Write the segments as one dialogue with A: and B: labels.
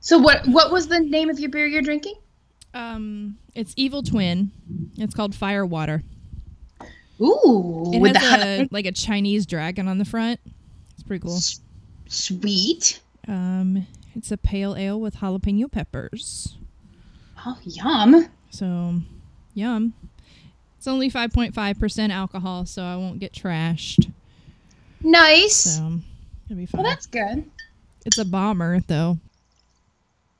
A: So what what was the name of your beer you're drinking?
B: Um, it's Evil Twin. It's called Fire Water.
A: Ooh,
B: It
A: with the
B: has
A: honey-
B: a, like a Chinese dragon on the front. It's pretty cool.
A: S- sweet.
B: Um, it's a pale ale with jalapeno peppers.
A: Oh, yum.
B: So, yum. It's only 5.5% alcohol, so I won't get trashed.
A: Nice.
B: So, it'll be fine.
A: Well, that's good.
B: it's a bomber, though.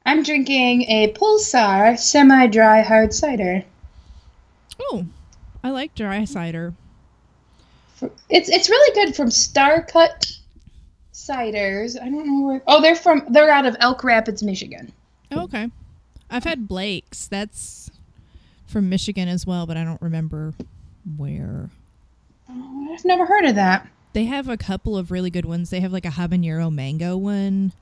A: I'm drinking a Pulsar semi-dry hard cider.
B: Oh, I like dry cider.
A: Fr- It's it's really good from Star Cut Ciders. I don't know where. Oh, they're from they're out of Elk Rapids, Michigan.
B: Oh, okay. I've had Blake's. That's from Michigan as well, but I don't remember where.
A: Oh, I've never heard of that.
B: They have a couple of really good ones. They have like a habanero mango one.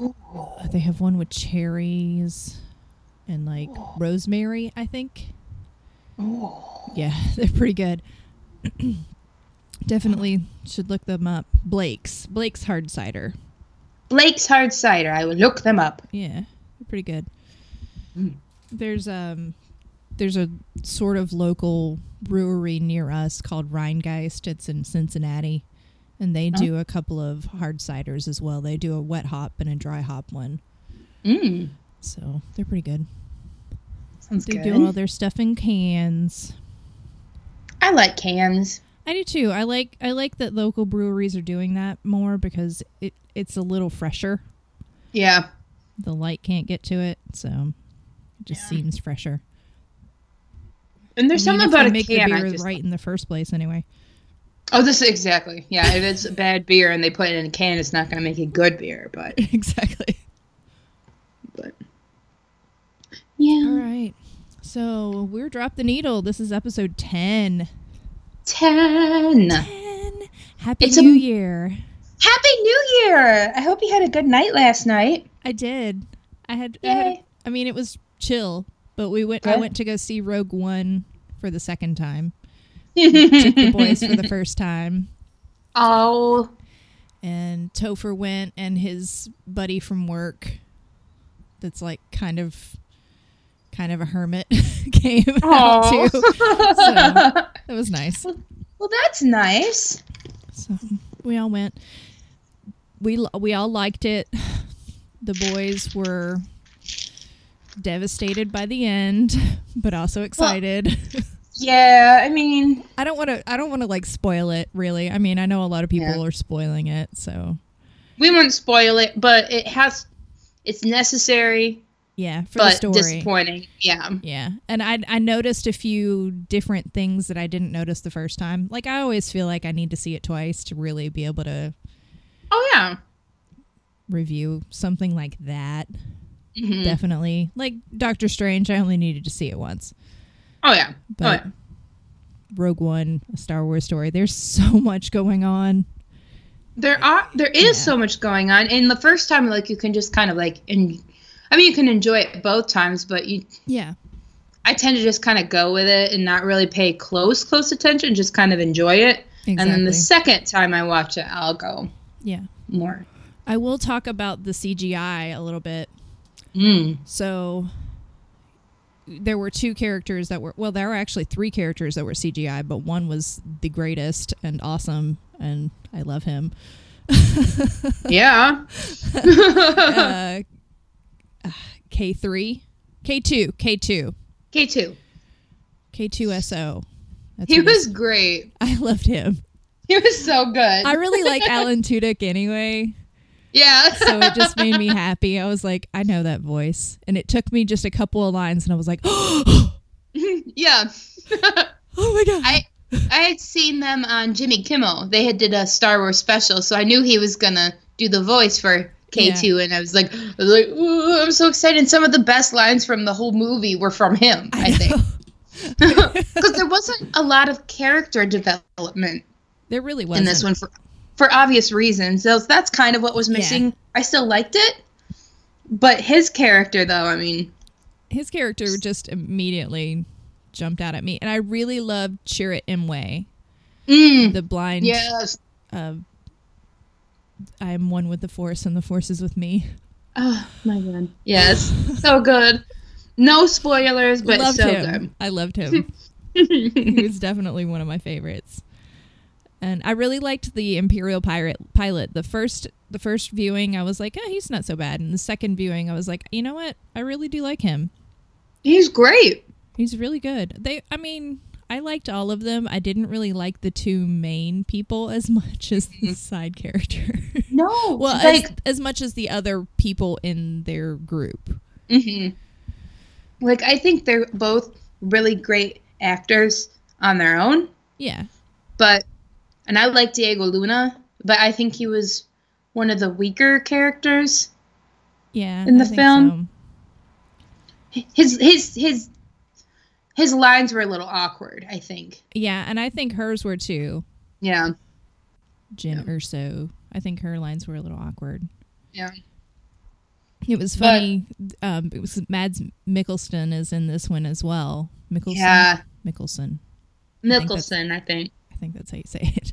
B: Uh, They have one with cherries and like rosemary, I think. Yeah, they're pretty good. Definitely should look them up. Blake's. Blake's hard cider.
A: Blake's hard cider. I will look them up.
B: Yeah, they're pretty good.
A: Mm.
B: There's um there's a sort of local brewery near us called Rheingeist. It's in Cincinnati. And
A: Uh-huh.
B: they do a couple of hard ciders as well. They do a wet hop and a dry hop one.
A: Mm,
B: So they're pretty good.
A: sounds
B: They
A: good.
B: do all their stuff in cans.
A: I like cans.
B: I do too. I like I like that local breweries are doing that more because it, it's a little fresher.
A: Yeah.
B: The light can't get to it, so it just seems fresher.
A: And there's
B: I mean,
A: something
B: if they
A: about a
B: make
A: can.
B: the
A: I
B: beer
A: just,
B: right in the first place anyway.
A: Oh, this exactly. Yeah, if it's a bad beer and they put it in a can, it's not going to make a good beer. But
B: exactly.
A: but
B: All
A: yeah,
B: right. So we're drop the needle. This is episode ten.
A: ten.
B: Ten. Happy
A: It's a-
B: New Year.
A: Happy New Year! I hope you had a good night last night.
B: I did. I had. I, had
A: Yay.
B: I mean, it was chill, but we went. I
A: Good.
B: went to go see Rogue One for the second time. Took the boys for the first time.
A: Oh,
B: and Topher went and his buddy from work that's like kind of kind of a hermit came out
A: Aw.
B: too. So that was nice.
A: well, that's nice.
B: So we all went. We l- we all liked it. The boys were devastated by the end, but also excited.
A: Yeah, I mean,
B: I don't want to I don't want to like spoil it really. I mean, I know a lot of people
A: Yeah.
B: are spoiling it, so
A: we won't spoil it, but it has. It's necessary,
B: yeah, for the
A: but
B: story.
A: disappointing. Yeah.
B: Yeah. And I I noticed a few different things that I didn't notice the first time. Like I always feel like I need to see it twice to really be able to
A: Oh yeah.
B: review something like that.
A: Mm-hmm.
B: Definitely. Like Doctor Strange, I only needed to see it once.
A: Oh yeah.
B: But-
A: oh, yeah.
B: Rogue One, a Star Wars story. There's so much going on.
A: There are there is so much going on, and the first time, like you can just kind of like, and I mean, you can enjoy it both times, but you
B: Yeah.
A: I tend to just kind of go with it and not really pay close close attention, just kind of enjoy it. And then
B: Exactly.
A: the second time I watch it, I'll go
B: Yeah.
A: more.
B: I will talk about the CGI a little bit.
A: Mm.
B: So there were two characters that were well, there were actually three characters that were CGI, but one was the greatest and awesome, and I love him.
A: Yeah.
B: Uh, K three, K two, K two,
A: K two.
B: K two S O. That's
A: He
B: what
A: was great.
B: I loved him.
A: He was so good.
B: I really like Alan Tudyk anyway,
A: yeah.
B: so it just made me happy. I was like, I know that voice, and it took me just a couple of lines, and I was like, oh
A: yeah.
B: my god,
A: I I had seen them on Jimmy Kimmel. They had did a Star Wars special, so I knew he was gonna do the voice for K two, and I was like, I was like, Ooh, I'm so excited. And some of the best lines from the whole movie were from him. I, think because there wasn't a lot of character development
B: there really was
A: in this one for for obvious reasons. So that's kind of what was missing. I still liked it, but his character, though, I mean,
B: his character just immediately jumped out at me and i really loved chirrut imwe
A: mm,
B: the blind uh,
A: yes,
B: i'm one with the force and the force is with me
A: Oh my god. Yes. so good. No spoilers, but
B: loved
A: so
B: him. I loved him.
A: good.
B: he was definitely one of my favorites. And I really liked the Imperial Pirate pilot. The first the first viewing I was like, oh, he's not so bad. And the second viewing I was like, you know what? I really do like him.
A: He's great.
B: He's really good. They I mean, I liked all of them. I didn't really like the two main people as much as the side character.
A: No.
B: well,
A: Mm-hmm. like
B: as, as much as the other people in their group.
A: hmm like I think they're both really great actors on their own,
B: Yeah.
A: but and I like Diego Luna, but I think he was one of the weaker characters.
B: Yeah.
A: In the
B: I think
A: film?
B: so.
A: His his his his lines were a little awkward, I think.
B: Yeah, and I think hers were too.
A: Yeah.
B: Jen Urso. I think her lines were a little awkward.
A: Yeah.
B: It was
A: But-
B: funny. um, it was Mads Mikkelsen is in this one as well. Mickelson.
A: Yeah.
B: Mickelson. think that's-
A: Nicholson, I think.
B: I think that's how you say it.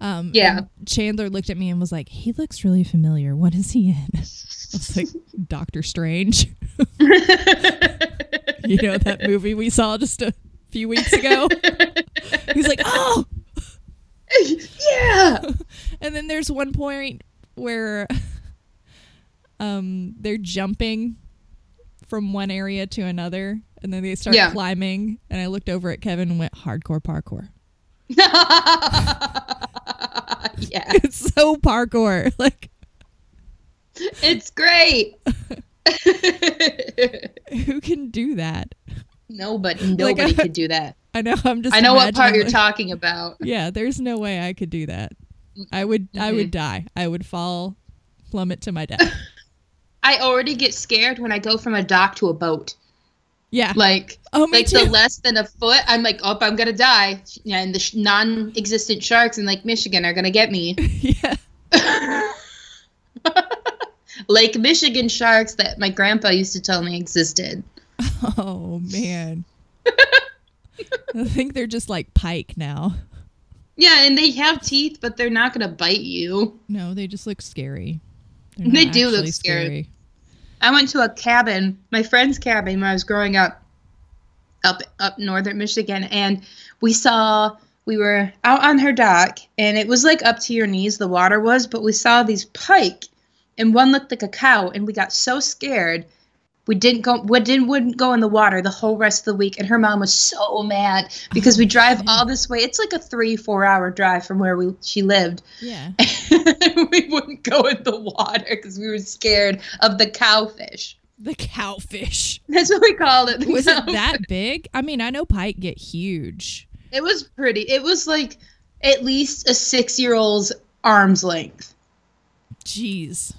B: Um,
A: Yeah.
B: and Chandler looked at me and was like, "He looks really familiar. What is he in?" I was like, "Doctor Strange." you know that movie we saw just a few weeks ago. He's like, "Oh,
A: yeah.
B: And then there's one point where um they're jumping from one area to another and then they start
A: Yeah.
B: climbing and I looked over at Kevin and went hardcore parkour.
A: yeah.
B: It's so parkour. Like
A: It's great.
B: who can do that?
A: nobody
B: Like,
A: nobody
B: I-
A: could do that.
B: I know I'm just
A: I know what part
B: imagining,
A: you're
B: like-
A: talking about.
B: Yeah, there's no way I could do that. I would I would die. I would fall plummet to my death.
A: I already get scared when I go from a dock to a boat.
B: Yeah.
A: Like
B: oh me
A: like
B: too.
A: the less than a foot, I'm like, "Oh, I'm going to die." And the sh- non-existent sharks in Lake Michigan are going to get me.
B: yeah.
A: Lake Michigan sharks that my grandpa used to tell me existed.
B: Oh man. I think they're just like pike now.
A: Yeah, and they have teeth, but they're not going to bite you.
B: No, they just look scary. They're
A: They
B: not
A: do look
B: actually
A: scary. I went to a cabin, my friend's cabin when I was growing up, up up northern Michigan, and we saw we were out on her dock, and it was like up to your knees the water was, but we saw these pike, and one looked like a cow, and we got so scared. We didn't go. We didn't wouldn't go in the water the whole rest of the week, and her mom was so mad because we drive all this way. It's like a three four hour drive from where we she lived,
B: Yeah.
A: we wouldn't go in the water because we were scared of the cowfish.
B: The cowfish.
A: That's what we called it. the
B: Was it
A: cowfish.
B: that big? I mean, I know pike get huge.
A: It was pretty. It was like at least a six year old's arm's length.
B: Jeez.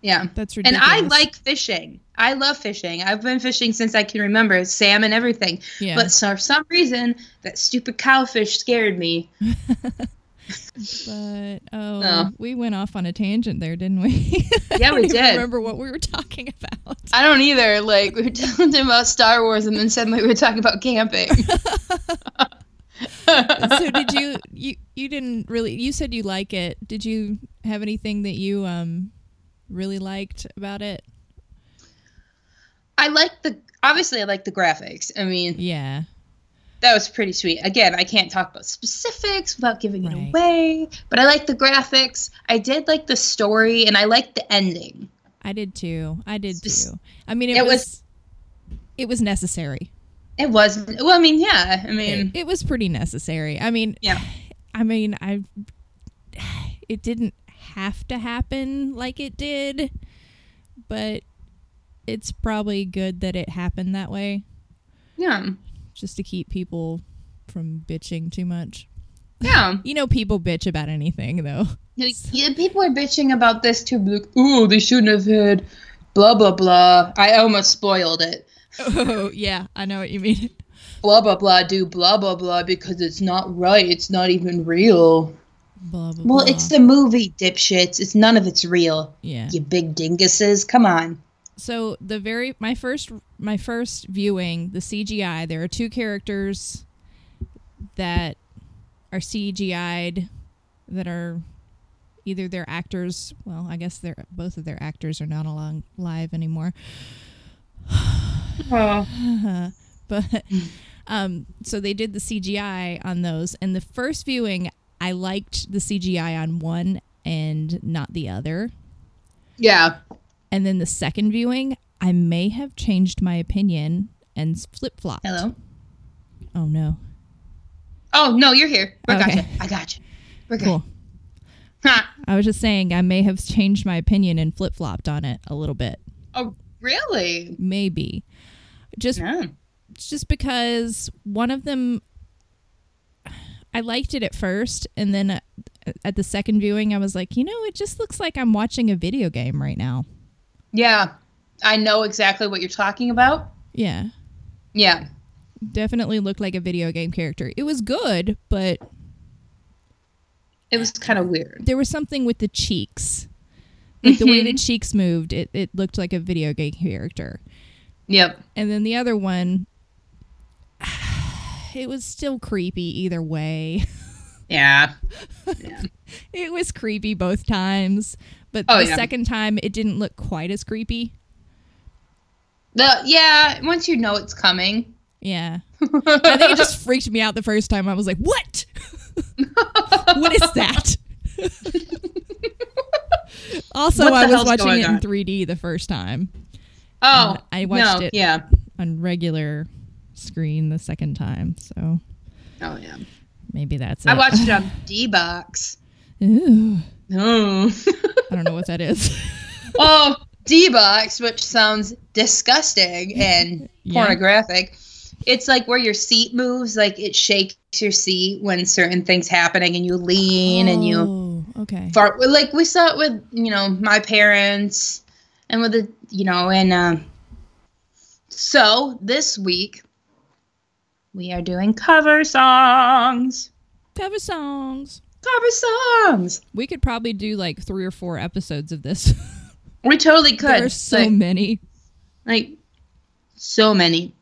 A: Yeah.
B: That's
A: And
B: ridiculous.
A: I like fishing. I love fishing. I've been fishing since I can remember, salmon, everything.
B: yeah.
A: But so- for some reason, that stupid cowfish scared me.
B: But, oh,
A: No.
B: we went off on a tangent there, didn't we? I
A: Yeah,
B: don't
A: we
B: even
A: did.
B: remember what we were talking about.
A: I don't either. Like, we were talking about Star Wars, and then suddenly we were talking about camping.
B: so did you you you didn't really you said you like it. Did you have anything that you um really liked about it?
A: I like the obviously I like the graphics. I mean,
B: Yeah.
A: that was pretty sweet. Again, I can't talk about specifics without giving
B: Right.
A: it away, but I like the graphics. I did like the story and I liked the ending.
B: I did too. I did
A: It's just-
B: too. I mean, it,
A: it
B: was,
A: was-
B: it was necessary.
A: It wasn't well, I mean, yeah. I mean,
B: It, it was pretty necessary. I mean,
A: Yeah.
B: I mean, I it didn't have to happen like it did, but it's probably good that it happened that way,
A: yeah.
B: just to keep people from bitching too much.
A: Yeah.
B: You know, people bitch about anything though.
A: Like, yeah, people are bitching about this too. Like, ooh, they shouldn't have had blah blah blah. I almost spoiled it.
B: Oh yeah, I know what you mean.
A: Blah blah blah do blah blah blah because it's not right. It's not even real.
B: Blah blah.
A: Well,
B: blah.
A: it's a movie, dipshits. It's none of it's real.
B: yeah.
A: You big dinguses. Come on.
B: so the very my first my first viewing the CGI there are two characters that are CGI'd that are either their actors, well, I guess they're both of their actors are not along live anymore.
A: Oh.
B: but um, so they did the CGI on those, and the first viewing, I liked the CGI on one and not the other.
A: Yeah.
B: And then the second viewing, I may have changed my opinion and flip flop.
A: Hello.
B: Oh no.
A: Oh no, you're here. I okay. got you. I got you. We're good. Cool.
B: Huh. I was just saying I may have changed my opinion and flip flopped on it a little bit.
A: Oh really?
B: Maybe. Just
A: no.
B: just because one of them I liked it at first and then uh, at the second viewing I was like, you know, it just looks like I'm watching a video game right now.
A: Yeah. I know exactly what you're talking about.
B: Yeah.
A: Yeah.
B: Definitely looked like a video game character. It was good, but
A: it was kind of weird.
B: There was something with the cheeks. Like the way the cheeks moved, it, it looked like a video game character.
A: Yep.
B: And then the other one it was still creepy either way.
A: Yeah. yeah.
B: it was creepy both times, but oh, the yeah. second time it didn't look quite as creepy.
A: The yeah, once you know it's coming.
B: Yeah. I think it just freaked me out the first time. I was like, "What? what is that?" also, I was watching it in on? 3D the first time.
A: Oh,
B: I watched
A: no,
B: it
A: yeah.
B: on regular screen the second time. So.
A: Oh yeah.
B: Maybe that's it.
A: I watched it on D box.
B: Ooh.
A: No.
B: I don't know what that is.
A: oh, D box, which sounds disgusting and yeah. pornographic. It's like where your seat moves, like it shakes your seat when certain things happening and you lean oh, and you
B: okay.
A: Fart. Like we saw it with, you know, my parents and with the, you know, and um uh, so this week we are doing cover songs.
B: Cover songs.
A: Cover songs.
B: We could probably do like three or four episodes of this.
A: we totally could.
B: There's so like, many.
A: Like, so many.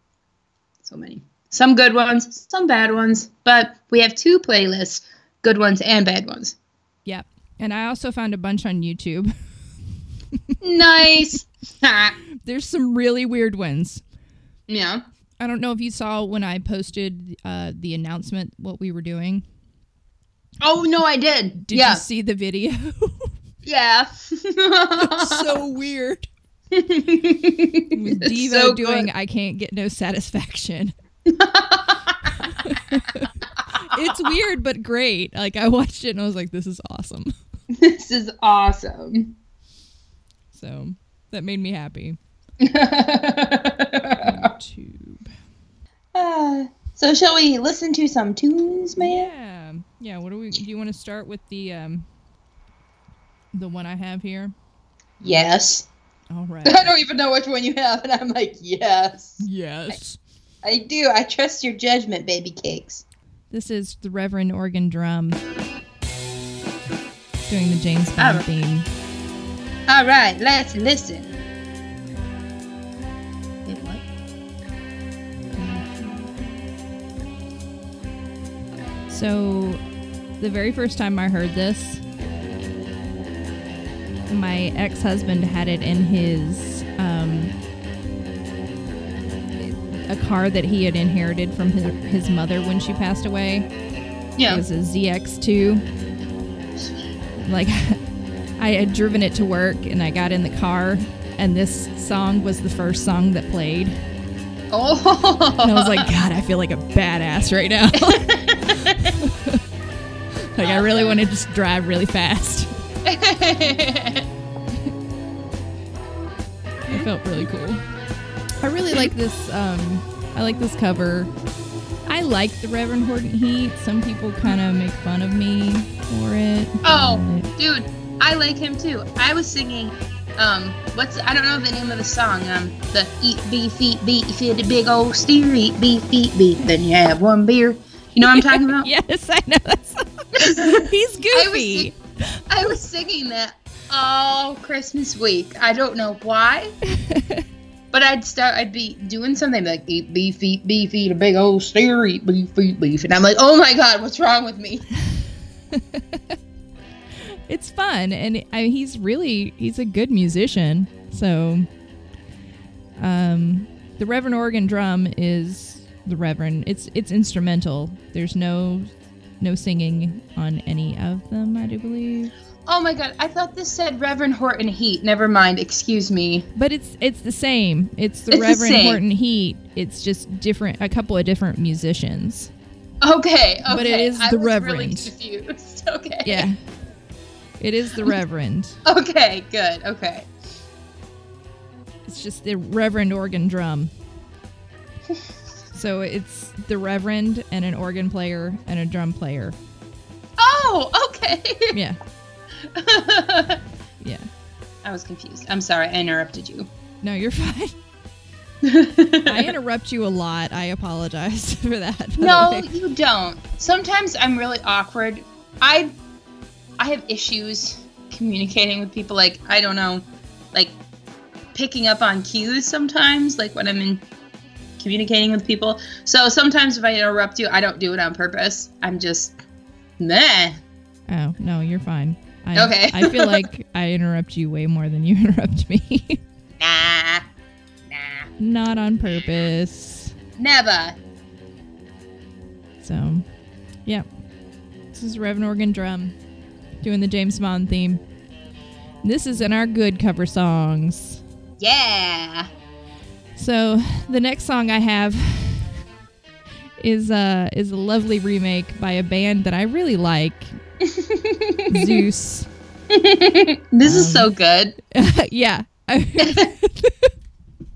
A: So many. Some good ones, some bad ones, but we have two playlists good ones and bad ones.
B: Yep. And I also found a bunch on YouTube.
A: nice.
B: There's some really weird ones.
A: Yeah.
B: I don't know if you saw when I posted uh, the announcement what we were doing.
A: Oh no, I did.
B: Did
A: yeah.
B: you see the video?
A: yeah.
B: so weird. Devo so doing good. I can't get no satisfaction. it's weird but great. Like I watched it and I was like, this is awesome.
A: This is awesome.
B: So that made me happy.
A: YouTube. Uh, so shall we listen to some tunes,
B: man? Yeah. Yeah, what do we do you want to start with the um the one I have here?
A: Yes.
B: All right.
A: I don't even know which one you have and I'm like, "Yes."
B: Yes.
A: I, I do. I trust your judgment, baby cakes.
B: This is the Reverend Organ Drum doing the James Bond All right. theme.
A: All right, let's listen.
B: So, the very first time I heard this, my ex husband had it in his, um, a car that he had inherited from his, his mother when she passed away.
A: Yeah.
B: It was a ZX2. Like, I had driven it to work and I got in the car, and this song was the first song that played.
A: Oh.
B: And I was like, God, I feel like a badass right now. like, I really want to just drive really fast. it felt really cool. I really like this. Um, I like this cover. I like the Reverend Horton Heat. Some people kind of make fun of me for it.
A: Oh, but... dude, I like him too. I was singing um, what's I don't know the name of the song. Um, the eat beef, feet beef. If you had a big old steer, eat beef, feet beef. Then you have one beer. You know what I'm talking about?
B: yes, I know that song. He's
A: goofy. I was, I was, singing that all Christmas week. I don't know why, but I'd start. I'd be doing something like eat beef, feet beef, eat a big old steer, eat beef, feet beef, and I'm like, oh my god, what's wrong with me?
B: it's fun, and I, he's really he's a good musician. So, um, the Reverend Organ Drum is the Reverend. It's it's instrumental. There's no no singing on any of them. I do believe.
A: Oh my god, I thought this said Reverend Horton Heat. Never mind, excuse me.
B: But it's it's the same. It's the
A: It's the
B: Reverend
A: same.
B: Horton Heat. It's just different. A couple of different musicians.
A: Okay, okay.
B: But it is
A: I
B: the
A: was Really
B: Reverend.
A: confused. Okay.
B: Yeah. It is the Reverend.
A: Okay, good. Okay.
B: It's just the Reverend organ drum. So it's the Reverend and an organ player and a drum player.
A: Oh, okay.
B: Yeah. Yeah.
A: I was confused. I'm sorry, I interrupted you.
B: No, you're fine. I interrupt you a lot. I apologize for that. by the
A: no,
B: way.
A: you don't. Sometimes I'm really awkward. I I have issues communicating with people like I don't know, like picking up on cues sometimes like when I'm in communicating with people. So sometimes if I interrupt you, I don't do it on purpose. I'm just meh.
B: Oh, no, you're fine. I,
A: Okay.
B: I feel like I interrupt you way more than you interrupt me.
A: Nah. Nah.
B: Not on purpose.
A: Never.
B: So, yeah. This is Revan Organ Drum doing the James Bond theme. This is in our good cover songs.
A: Yeah.
B: So, the next song I have is uh is a lovely remake by a band that I really like, Zeus.
A: This is so good.
B: yeah.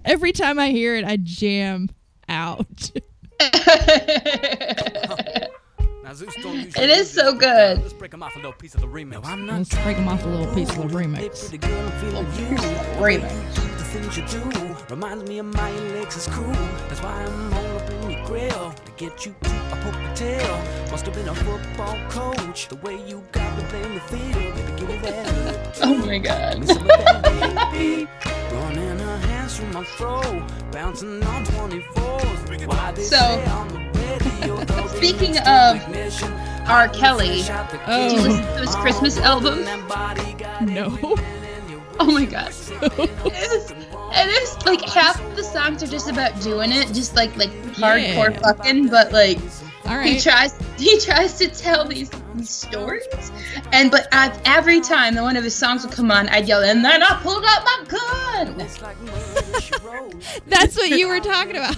B: Every time I hear it, I jam out.
C: Now, Zeus don't usually
A: It is
C: do this,
A: so
C: but,
A: good.
C: uh, Let's break 'em off a little piece of the remix. I'm not
B: Let's break them off a little piece of the remix.
C: pretty girl, I'm feeling you.
A: remix.
C: The things you do reminds me of my legs is cool. That's why I'm all up in your grill to get you to a poke tail. Must have been a football coach. The way you got me playing the field, baby, give me that.
A: Oh my
C: Give me
A: god.
C: some of that beat. Running her hands through my throat, bouncing on 24s. Why they
A: So,
C: say on the radio, the
A: speaking
C: remix to
A: of
C: ignition,
A: R.
C: hot and
A: Kelly,
C: fresh out the
B: Oh.
A: Did you
C: kitchen.
A: listen to his Christmas album?
B: No.
A: Oh my god. It is, it is like half of the songs are just about doing it, just like like hardcore
B: Yeah.
A: fucking, but like
B: All
A: he
B: right.
A: tries he tries to tell these, these stories and but I, every time the one of his songs would come on I'd yell and then I pulled out my gun
B: That's what you were talking about.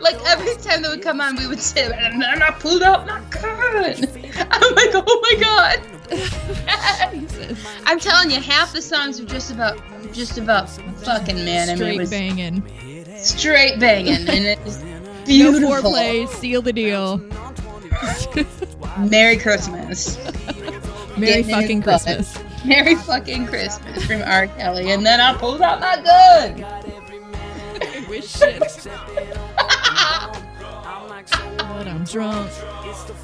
A: like every time they would come on we would say and then I pulled out my gun I'm like oh my god
B: Jesus.
A: I'm telling you half the songs are just about just about fucking man I mean it
B: Straight
A: was
B: banging.
A: straight banging and it was
B: No
A: beautiful
B: foreplay, seal the deal.
A: Merry Christmas
B: Merry
A: Getting in
B: fucking
A: his butt.
B: Christmas.
A: Merry fucking Christmas from R. Kelly, and then I pulled out my gun.
B: I wish shit. But I'm drunk.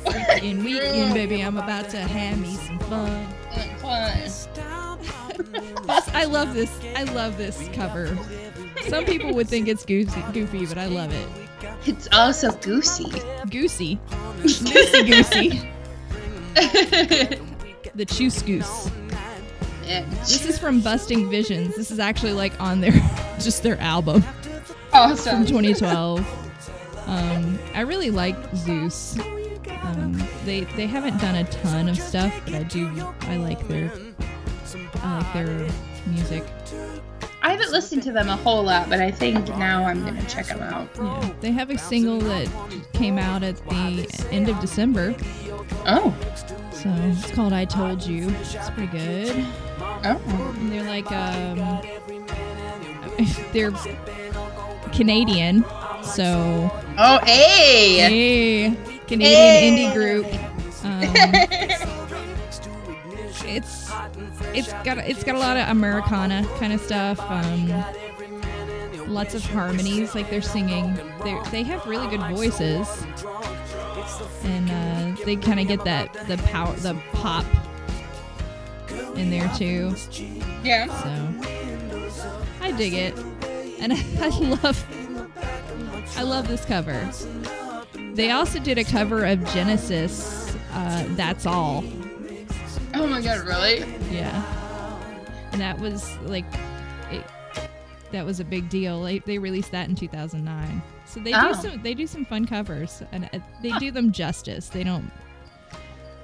B: Freaking weekend, baby. I'm about to have me some fun. This, I love this. I love this cover. Some people would think it's goofy, goofy but I love it.
A: It's also goosey.
B: Goosey. Goosey, goosey. The Choose Goose. This
A: yeah.
B: is from Busting Visions. This is actually like on their, just their album. from
A: Awesome.
B: 2012. Um, I really like Zeus. Um, they they haven't done a ton of stuff, but I do I like their I like their music.
A: I haven't listened to them a whole lot, but I think now I'm gonna check them out.
B: Yeah, they have a single that came out at the end of December,
A: Oh,
B: so it's called "I Told You." It's pretty good.
A: oh,
B: And they're like um, they're Canadian, so
A: oh, hey.
B: Hey, Canadian
A: Hey.
B: indie group. Um, it's it's got it's got a lot of Americana kind of stuff. Um, lots of harmonies, like they're singing. They they have really good voices, and uh, they kind of get that the power the pop in there too.
A: Yeah.
B: So I dig it, and I love I love this cover. They also did a cover of Genesis. Uh, That's all.
A: Oh my god, really?
B: Yeah. And that was like, it, that was a big deal. Like, they released that in 2009. So they
A: Oh.
B: do some they do some fun covers and uh, they do them justice. They don't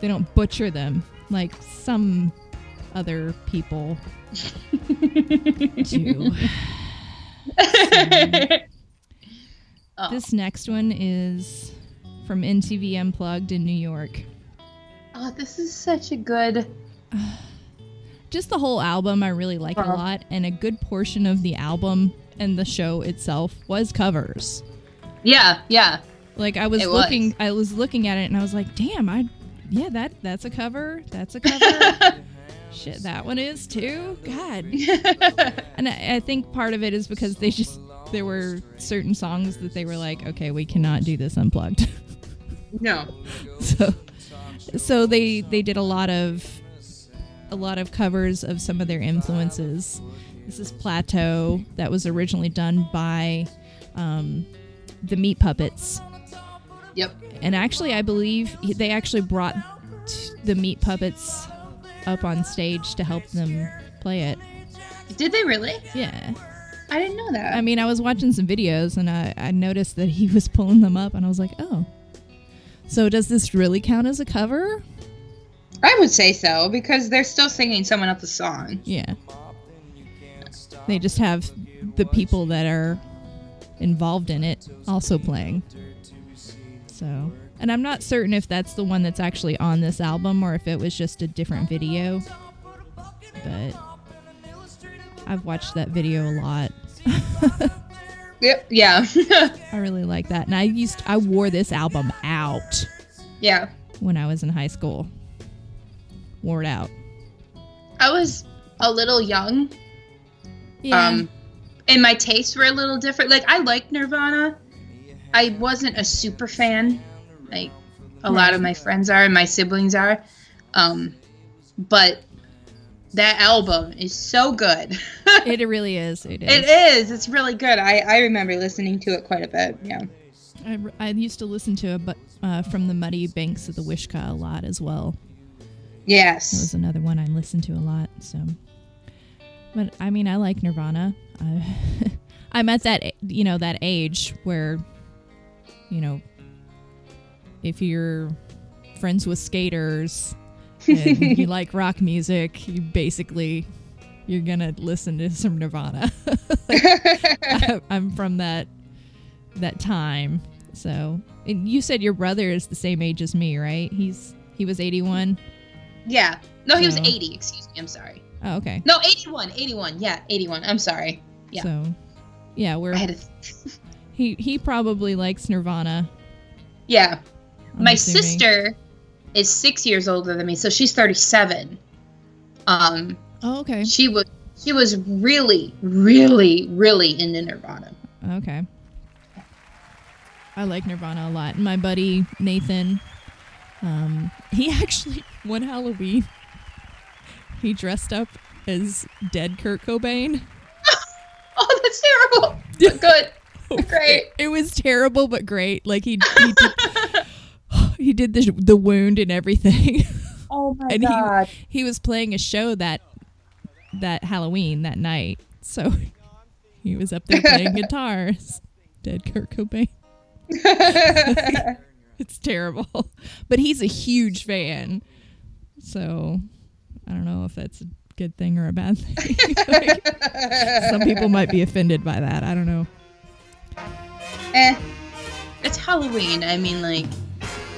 B: they don't butcher them like some other people do.
A: Oh.
B: This next one is from MTV Unplugged in New York.
A: oh, this is such a good.
B: just the whole album I really like a
A: Uh-huh.
B: lot, and a good portion of the album and the show itself was covers.
A: Yeah, yeah.
B: Like I was
A: It was.
B: looking, I was looking at it, and I was like, "Damn, I, yeah, that that's a cover. That's a cover. Shit, that one is too. God." and I, I think part of it is because they just there were certain songs that they were like, "Okay, we cannot do this unplugged."
A: No.
B: so so they they did a lot of a lot of covers of some of their influences this is plateau that was originally done by um, the meat puppets
A: Yep.
B: and actually i believe he- they actually brought t- the meat puppets up on stage to help them play it
A: Did they really?
B: yeah
A: I didn't know that.
B: i mean i was watching some videos and i, I noticed that he was pulling them up and i was like oh so does this really count as a cover
A: I would say so because they're still singing someone else's song.
B: Yeah. They just have the people that are involved in it also playing. So, and I'm not certain if that's the one that's actually on this album or if it was just a different video. But I've watched that video a lot.
A: Yep. Yeah.
B: I really like that. And I used I wore this album out
A: yeah.
B: when I was in high school. Wore it out.
A: I was a little young. Um, and my tastes were a little different. Like I liked Nirvana. I wasn't a super fan, like a lot of my friends are and my siblings are. Um, but that album is so good.
B: it really is. It is.
A: It is. It's really good. I, I remember listening to it quite a bit. Yeah.
B: I, I used to listen to it but, uh, from the Muddy Banks of the Wishka a lot as well. That was
A: Yes.
B: another one I listened to a lot. So, but I mean, I like Nirvana. I, I'm at that a- you know that age where, you know, if you're friends with skaters and you like rock music, you basically you're gonna listen to some Nirvana. I'm from that that time. So, and you said your brother is the same age as me, right? He's he was 81.
A: Yeah. No, he was
B: So-
A: 80. Excuse me. I'm sorry.
B: Oh, okay.
A: No, 81. 81. Yeah, 81. I'm sorry. Yeah.
B: So, yeah, we're
A: I had a,
B: he he probably likes Nirvana.
A: yeah.
B: I'm
A: my
B: assuming.
A: sister is six years older than me, so she's 37. Um,
B: Oh, okay.
A: she was she was really, really, really into Nirvana.
B: Okay. I like Nirvana a lot. My buddy Nathan, um, he actually one Halloween, he dressed up as dead Kurt Cobain.
A: Oh, that's terrible. But Good. Great.
B: It was terrible but great. Like he he did, he did the the wound and everything.
A: Oh my
B: And he- he was playing a show that that Halloween that night. So he was up there playing guitars. Dead Kurt Cobain. it's terrible. But he's a huge fan. So I don't know if that's a good thing or a bad thing. Like, some people might be offended by that. I don't know.
A: Eh. It's Halloween. I mean, like,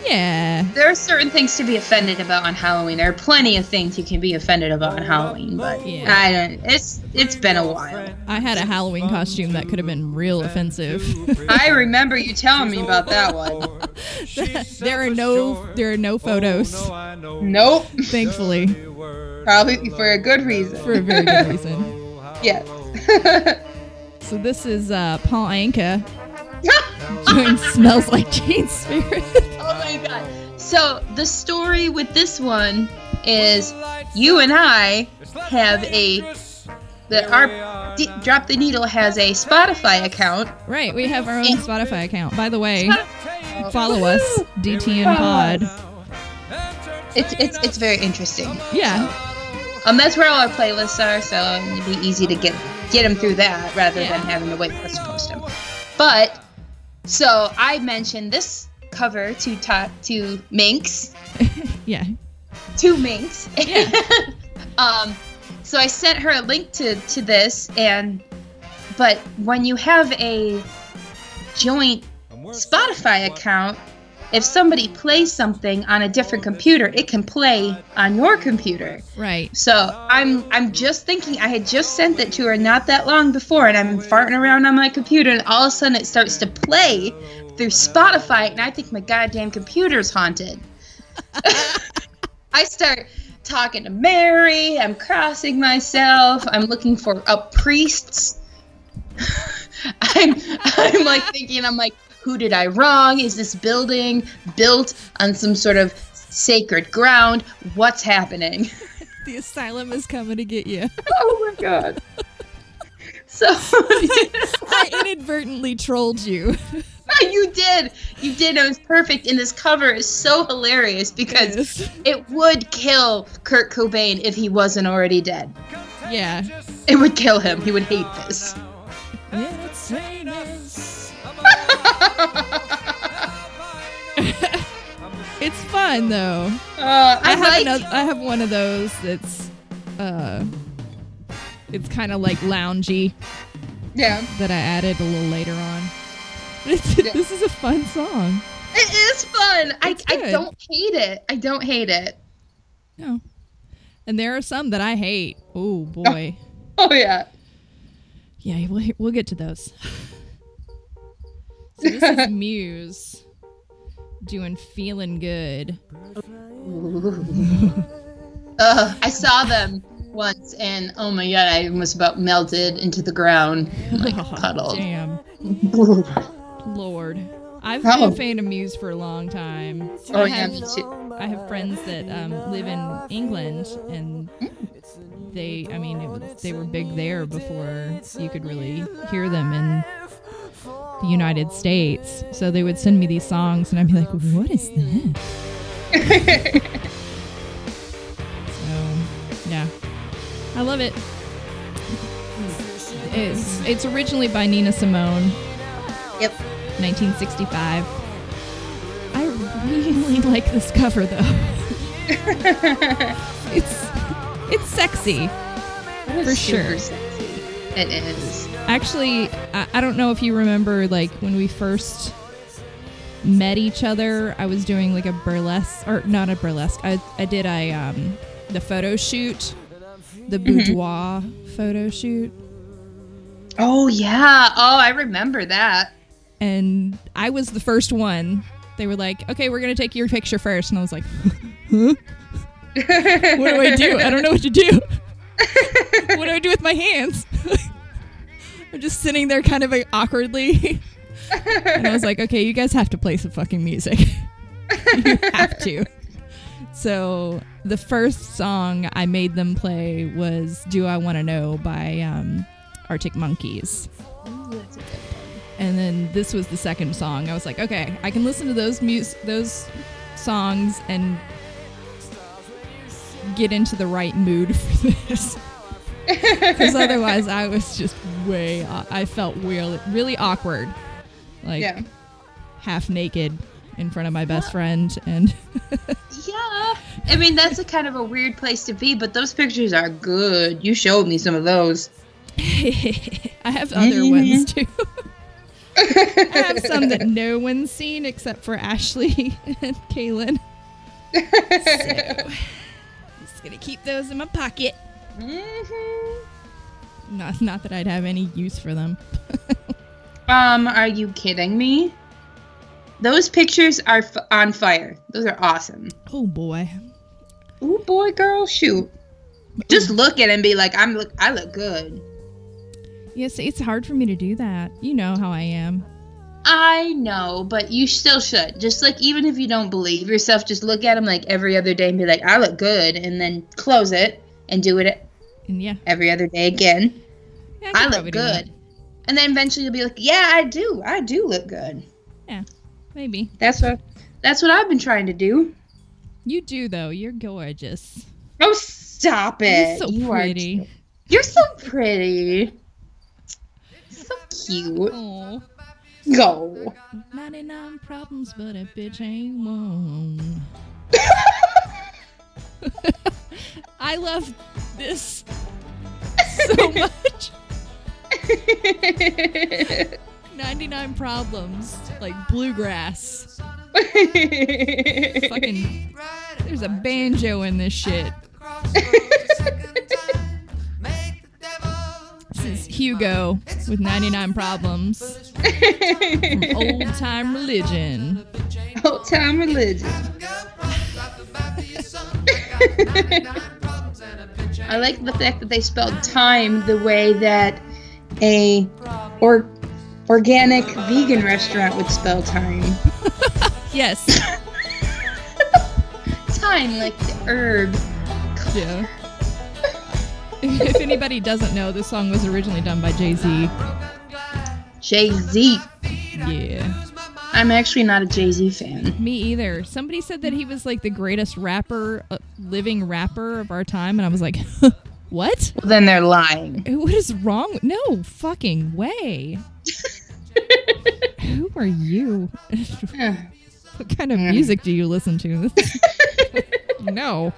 B: Yeah.
A: there are certain things to be offended about on Halloween. There are plenty of things you can be offended about on Halloween, but
B: Yeah.
A: I don't. It's it's been a while.
B: I had a Halloween costume that could have been real offensive.
A: I remember you telling me about that one.
B: there are no there are no photos,
A: Nope.
B: thankfully,
A: Probably for a good reason.
B: for a very good reason.
A: yes.
B: So this is uh, Paul Anka doing "Smells Like Teen Spirit."
A: oh my god. So the story with this one is you and I have a the our D, drop the needle has a Spotify account.
B: right, we have our own Spotify account. By the way,
A: Spotify-
B: follow us DTN Pod.
A: It's it's it's very interesting.
B: Yeah.
A: Um, that's where all our playlists are, so it'd be easy to get get them through that rather
B: Yeah.
A: than having to wait for us to post them. But so I mentioned this cover to ta- to Minx,
B: Yeah.
A: to Minx.
B: Yeah.
A: um, so I sent her a link to to this, and but when you have a joint Spotify account, if somebody plays something on a different computer, it can play on your computer.
B: Right.
A: So I'm I'm just thinking I had just sent it to her not that long before, and I'm farting around on my computer, and all of a sudden it starts to play through Spotify, and I think my goddamn computer's haunted. I start talking to Mary. I'm crossing myself. I'm looking for up priests. I'm I'm like thinking I'm like, who did I wrong? Is this building built on some sort of sacred ground? What's happening?
B: The asylum is coming to get you.
A: Oh my god. So
B: I inadvertently trolled you.
A: you did. You did. It was perfect. And this cover is so hilarious because
B: Yes.
A: it would kill Kurt Cobain if he wasn't already dead.
B: Yeah.
A: It would kill him. He would hate this.
B: It's fun though.
A: Uh,
B: I,
A: I,
B: have
A: like.
B: another, I have one of those that's uh it's kind of like loungy
A: yeah.
B: that I added a little later on. It's,
A: Yeah.
B: This is a fun song.
A: It is fun. I,
B: It's
A: I
B: good.
A: don't hate it. I don't hate it.
B: No. And there are some that I hate. Oh boy.
A: Oh yeah.
B: Yeah, we'll, we'll get to those. so this is Muse doing feeling good.
A: Ugh, I saw them once, and oh my god, I almost about melted into the ground, like
B: Oh,
A: puddled.
B: Damn. Lord. I've been
A: Oh.
B: a fan of Muse for a long time.
A: Oh
B: I
A: yeah,
B: have,
A: me too.
B: I have friends that um, live in England, and they, I mean, it was, they were big there before you could really hear them in the United States. So they would send me these songs, and I'd be like, what is this? So, yeah, I love it. It's it's originally by Nina Simone,
A: Yep.
B: 1965. I really like this cover though. it's it's sexy.
A: That
B: For
A: is super
B: sure.
A: sexy. It is.
B: Actually, I, I don't know if you remember, like when we first met each other, I was doing like a burlesque, or not a burlesque. I, I did a um, the photo shoot, the boudoir photo shoot,
A: Oh yeah. Oh, I remember that.
B: and I was the first one. They were like, "Okay, we're gonna take your picture first. and I was like, "Huh? What do I do? I don't know what to do. what do I do with my hands?" I'm just sitting there, kind of like, awkwardly. and I was like, "Okay, you guys have to play some fucking music. you have to." So the first song I made them play was "Do I Want to Know" by um, Arctic Monkeys. And then this was the second song. I was like, okay, I can listen to those mus- those songs and get into the right mood for this. Because otherwise, I was just way. au- I felt really, really awkward, like
A: Yeah.
B: half naked in front of my best friend, and
A: Yeah. I mean, that's a kind of a weird place to be, but those pictures are good. You showed me some of those.
B: I have other ones
A: Mm-hmm.
B: too. I have some that no one's seen except for Ashley and Kaylin. So, just gonna keep those in my pocket.
A: Mm-hmm.
B: Not, not that I'd have any use for them.
A: Um, are you kidding me? Those pictures are f- on fire. Those are awesome.
B: Oh boy.
A: Ooh, boy, girl, shoot. Just look at it and be like, I'm look, I look good.
B: Yes, it's hard for me to do that. You know how I am.
A: I know, but you still should. Just like even if you don't believe yourself, just look at them like every other day and be like, I look good, and then close it and do it
B: And yeah,
A: every other day again.
B: yeah
A: I
B: could
A: look
B: probably do that.
A: good. And then eventually you'll be like, Yeah, I do. I do look good.
B: Maybe.
A: That's what that's what I've been trying to do.
B: You do though. You're gorgeous.
A: Oh, stop it!
B: You're so
A: You are-
B: pretty.
A: You're so pretty. So cute.
B: Oh,
A: Go.
B: 99 problems, but a bitch ain't one. I love this so much. 99 problems, like bluegrass. Fucking, there's a banjo in this shit. This is Hugo with 99 problems from Old Time Religion.
A: Old time religion. I like the fact that they spelled time the way that a or organic vegan restaurant would spell time.
B: Yes.
A: Time like the herb.
B: Yeah. if anybody doesn't know, this song was originally done by Jay Z.
A: Jay Z.
B: Yeah.
A: I'm actually not a Jay Z fan.
B: Me either. Somebody said that he was like the greatest rapper, uh, living rapper of our time, and I was like, what?
A: Well, then they're lying.
B: What is wrong? with- No fucking way. Who are you?
A: Ugh.
B: what kind of music do you listen to? This- no.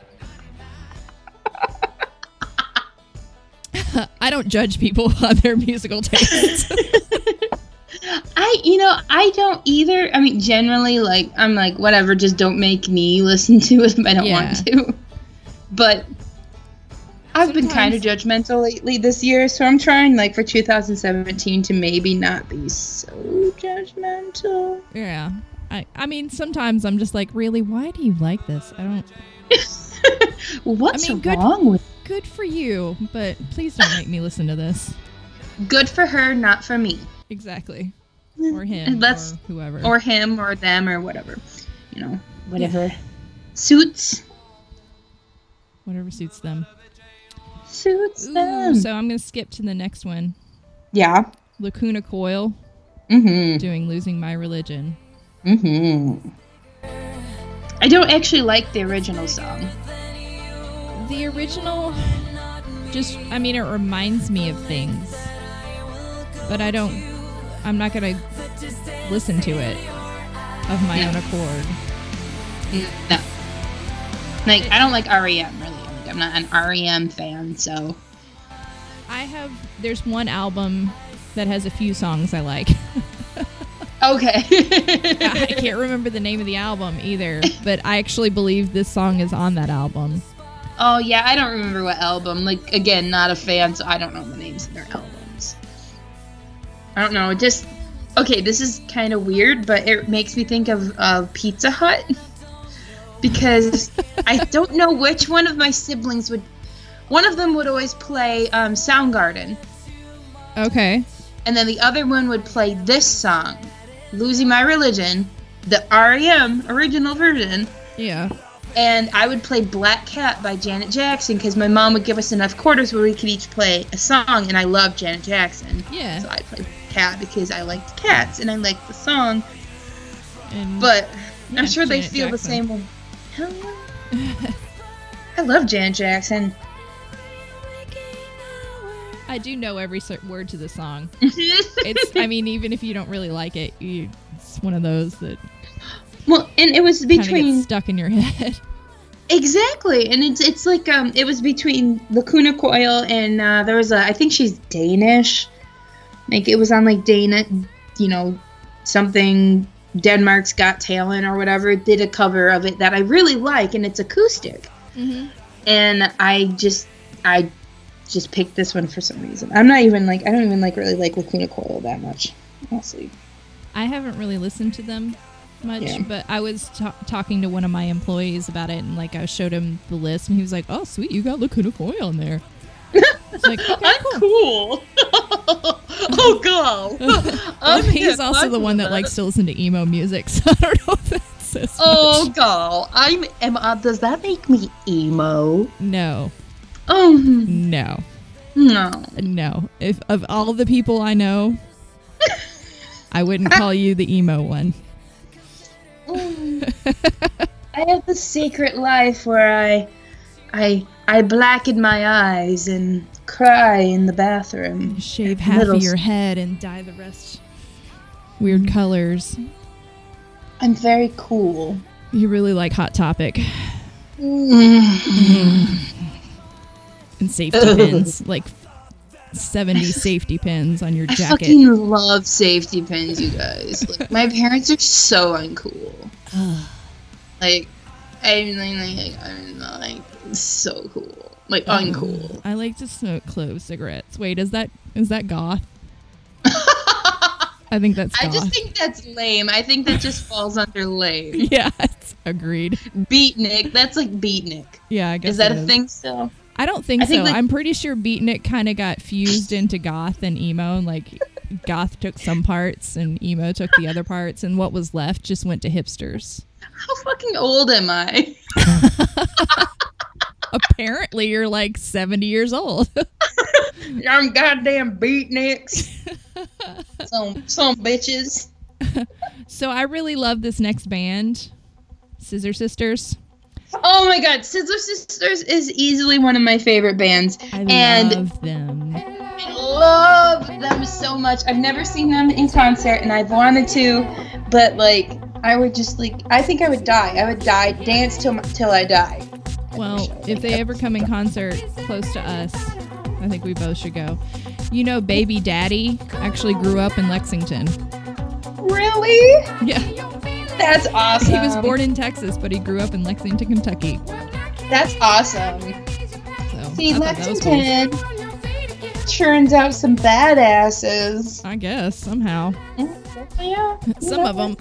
B: I don't judge people on their musical tastes.
A: I, you know, I don't either. I mean, generally, like, I'm like, whatever, just don't make me listen to it if I don't want to. But I've been kind of judgmental lately this year, so I'm trying, like, for 2017 to maybe not be so judgmental.
B: Yeah. I, I mean, sometimes I'm just like, really, why do you like this? I don't.
A: What's
B: I mean, good-
A: wrong with
B: Good for you, but please don't make me listen to this.
A: Good for her, not for me.
B: Exactly. Or him.
A: That's-
B: or whoever.
A: Or him, or them, or whatever. You know, whatever. Suits.
B: whatever suits them.
A: Suits
B: Ooh,
A: them.
B: so I'm going to skip to the next one
A: yeah.
B: Lacuna Coil
A: Mm
B: doing Losing My Religion.
A: hmm. Mm hmm. I don't actually like the original song.
B: The original just, I mean, it reminds me of things, but I don't, I'm not going to listen to it of my
A: Yeah.
B: own accord.
A: No. Like I don't like REM really. Like I'm not an REM fan, so
B: I have. There's one album that has a few songs I like.
A: okay.
B: I can't remember the name of the album either, but I actually believe this song is on that album.
A: oh yeah, I don't remember what album. Like again, not a fan, so I don't know the names of their albums. I don't know. it Just okay. This is kind of weird, but it makes me think of uh, Pizza Hut because I don't know which one of my siblings would. One of them would always play um, Soundgarden.
B: Okay.
A: and then the other one would play this song, "Losing My Religion," the REM original version,
B: Yeah.
A: and I would play "Black Cat" by Janet Jackson because my mom would give us enough quarters where we could each play a song, and I loved Janet Jackson, so
B: Yeah.
A: I played "Cat" because I liked cats and I liked the song.
B: And
A: But
B: yeah,
A: I'm sure they
B: Janet
A: feel the
B: Jackson.
A: same way. Hell yeah. I love Janet Jackson.
B: I do know every cer- word to the song. It's. I mean, even if you don't really like it, you. It's one of those that
A: well, and it was
B: kind of
A: between
B: gets stuck in your head.
A: Exactly, and it's it's like um, it was between Lacuna Coil and uh, there was a I think she's Danish, like it was on like Dana, you know, something Denmark's Got Talent or whatever did a cover of it that I really like, and it's acoustic, Mm-hmm.
B: Mhm.
A: and I just I just picked this one for some reason. I'm not even like I don't even like really like Lacuna Coil that much, honestly.
B: I haven't really listened to them much,
A: Yeah.
B: but I was ta- talking to one of my employees about it, and like I showed him the list, and he was like, "Oh, sweet, you got Lacuna Coil on there." It's like, okay, cool.
A: cool. oh god.
B: Well, he's also the one that likes to listen to emo music, so I don't know if that says
A: Oh
B: much.
A: god, I'm am I, does that make me emo?
B: no,
A: Oh hmm,
B: no,
A: no.
B: no. If of all the people I know, I wouldn't call you the emo one.
A: Mm. I have the secret life where I, I, I blacken my eyes and cry in the bathroom.
B: Shave half
A: Little Mm-hmm.
B: of your head and dye the rest weird colors.
A: I'm very cool.
B: You really like Hot Topic Mm, and safety pins, like 70 safety pins on your
A: I
B: jacket.
A: fucking love safety pins, you guys. Like, my parents are so uncool. like, I mean, like, I'm not like so cool. Like uncool.
B: I like to smoke clove cigarettes. Wait, is that is that goth? I think that's
A: I
B: goth.
A: just think that's lame. I think that just falls under lame.
B: yeah, it's agreed.
A: Beatnik. That's like beatnik.
B: Yeah, I guess
A: Is that
B: it
A: a thing still?
B: I don't think
A: I think,
B: so.
A: like-
B: I'm pretty sure Beatnik kind of got fused into goth and emo, and like goth took some parts and emo took the other parts, and what was left just went to hipsters.
A: How fucking old am I?
B: Apparently, you're like 70 years old.
A: I'm goddamn beatniks. some some bitches.
B: so I really love this next band, Scissor Sisters.
A: Oh my god, Sizzler Sisters is easily one of my favorite bands.
B: I
A: and
B: love them.
A: I love them so much. I've never seen them in concert and I've wanted to, but like I would just like I think I would die. I would die dance till my, till I die.
B: Well, if they ever come in concert close to us, I think we both should go. You know, Baby Daddy actually grew up in Lexington.
A: Really?
B: Yeah.
A: That's awesome.
B: He was born in Texas, but he grew up in Lexington, Kentucky.
A: That's awesome.
B: So
A: See,
B: I thought that was cool.
A: Lexington churns out some badasses.
B: I guess somehow
A: Yeah.
B: some of them.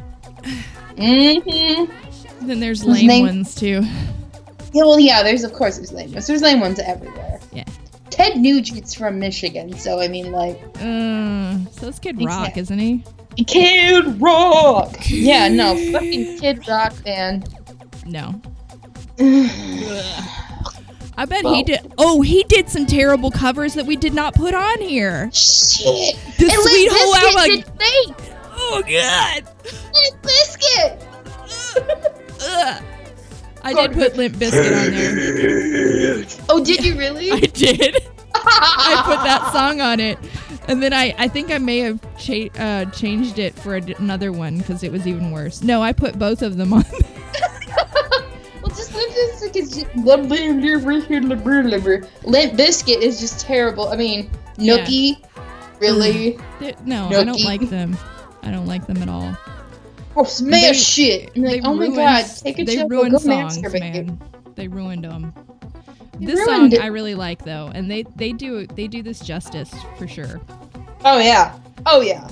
A: Mm-hmm.
B: Then there's
A: Whose
B: lame
A: name-
B: ones too.
A: Yeah, well, yeah. There's of course there's lame ones. There's lame ones everywhere.
B: Yeah.
A: Ted Nugent's from Michigan, so I mean, like,
B: Uh, so it's Kid
A: Thanks,
B: Rock,
A: yeah.
B: isn't he?
A: Kid Rock. yeah, no, fucking Kid Rock man.
B: No,
A: Ugh.
B: I bet
A: Well-
B: he did. Oh, he did some terrible covers that we did not put on here.
A: Shit.
B: The
A: And
B: Sweet
A: Limp
B: Home
A: Bizkit
B: Alabama.
A: did fake.
B: Oh God.
A: Limp Bizkit.
B: Ugh. I did put Limp Bizkit on there.
A: Oh, did you really?
B: I did. I
A: I
B: put that song on it, and then I, I think I may have cha- uh, changed it for a d another one because it was even worse. No, I put both of them on.
A: Well, just Limp Bizkit is just Limp Bizkit is just terrible. I mean, Nookie, really?
B: They're- no, I don't
A: Nookie.
B: like them. I I don't like them at all.
A: Oh, smash
B: They-
A: shit! I'm like,
B: They
A: oh my
B: ruined-
A: god, take a
B: they
A: chill, go
B: ruined songs,
A: masturbate.
B: man. They ruined them.
A: They
B: this
A: ruined
B: song
A: it.
B: I really like though, and they they do they do this justice for sure.
A: Oh yeah, oh yeah.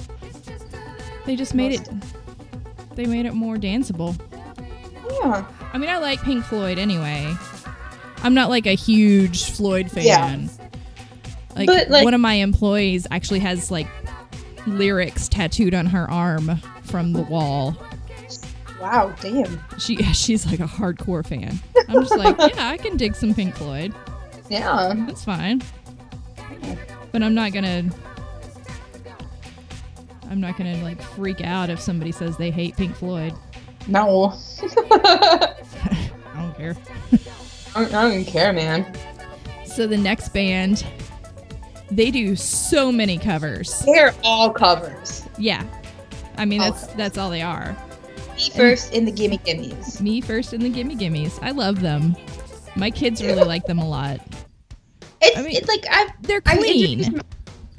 B: They just made it. They made it more danceable.
A: Yeah.
B: I mean, I like Pink Floyd anyway. I'm not like a huge Floyd fan. Like,
A: But, like-
B: one of my employees actually has like lyrics tattooed on her arm from the wall.
A: Wow, damn.
B: She she's like a hardcore fan. I'm just like, yeah, I can dig some Pink Floyd.
A: Yeah.
B: That's fine. But I'm not gonna. I'm not gonna like freak out if somebody says they hate Pink Floyd.
A: No.
B: I don't care.
A: I don't, I don't even care, man.
B: So the next band, they do so many covers.
A: They're all covers.
B: Yeah, I mean
A: All
B: that's that's all they are.
A: Me first in the Gimme Gimmes.
B: Me first and the Gimme Gimmies. I love them. My kids really like them a lot.
A: It's,
B: I mean-
A: it's like I've
B: They're
A: I
B: clean.
A: introduced my-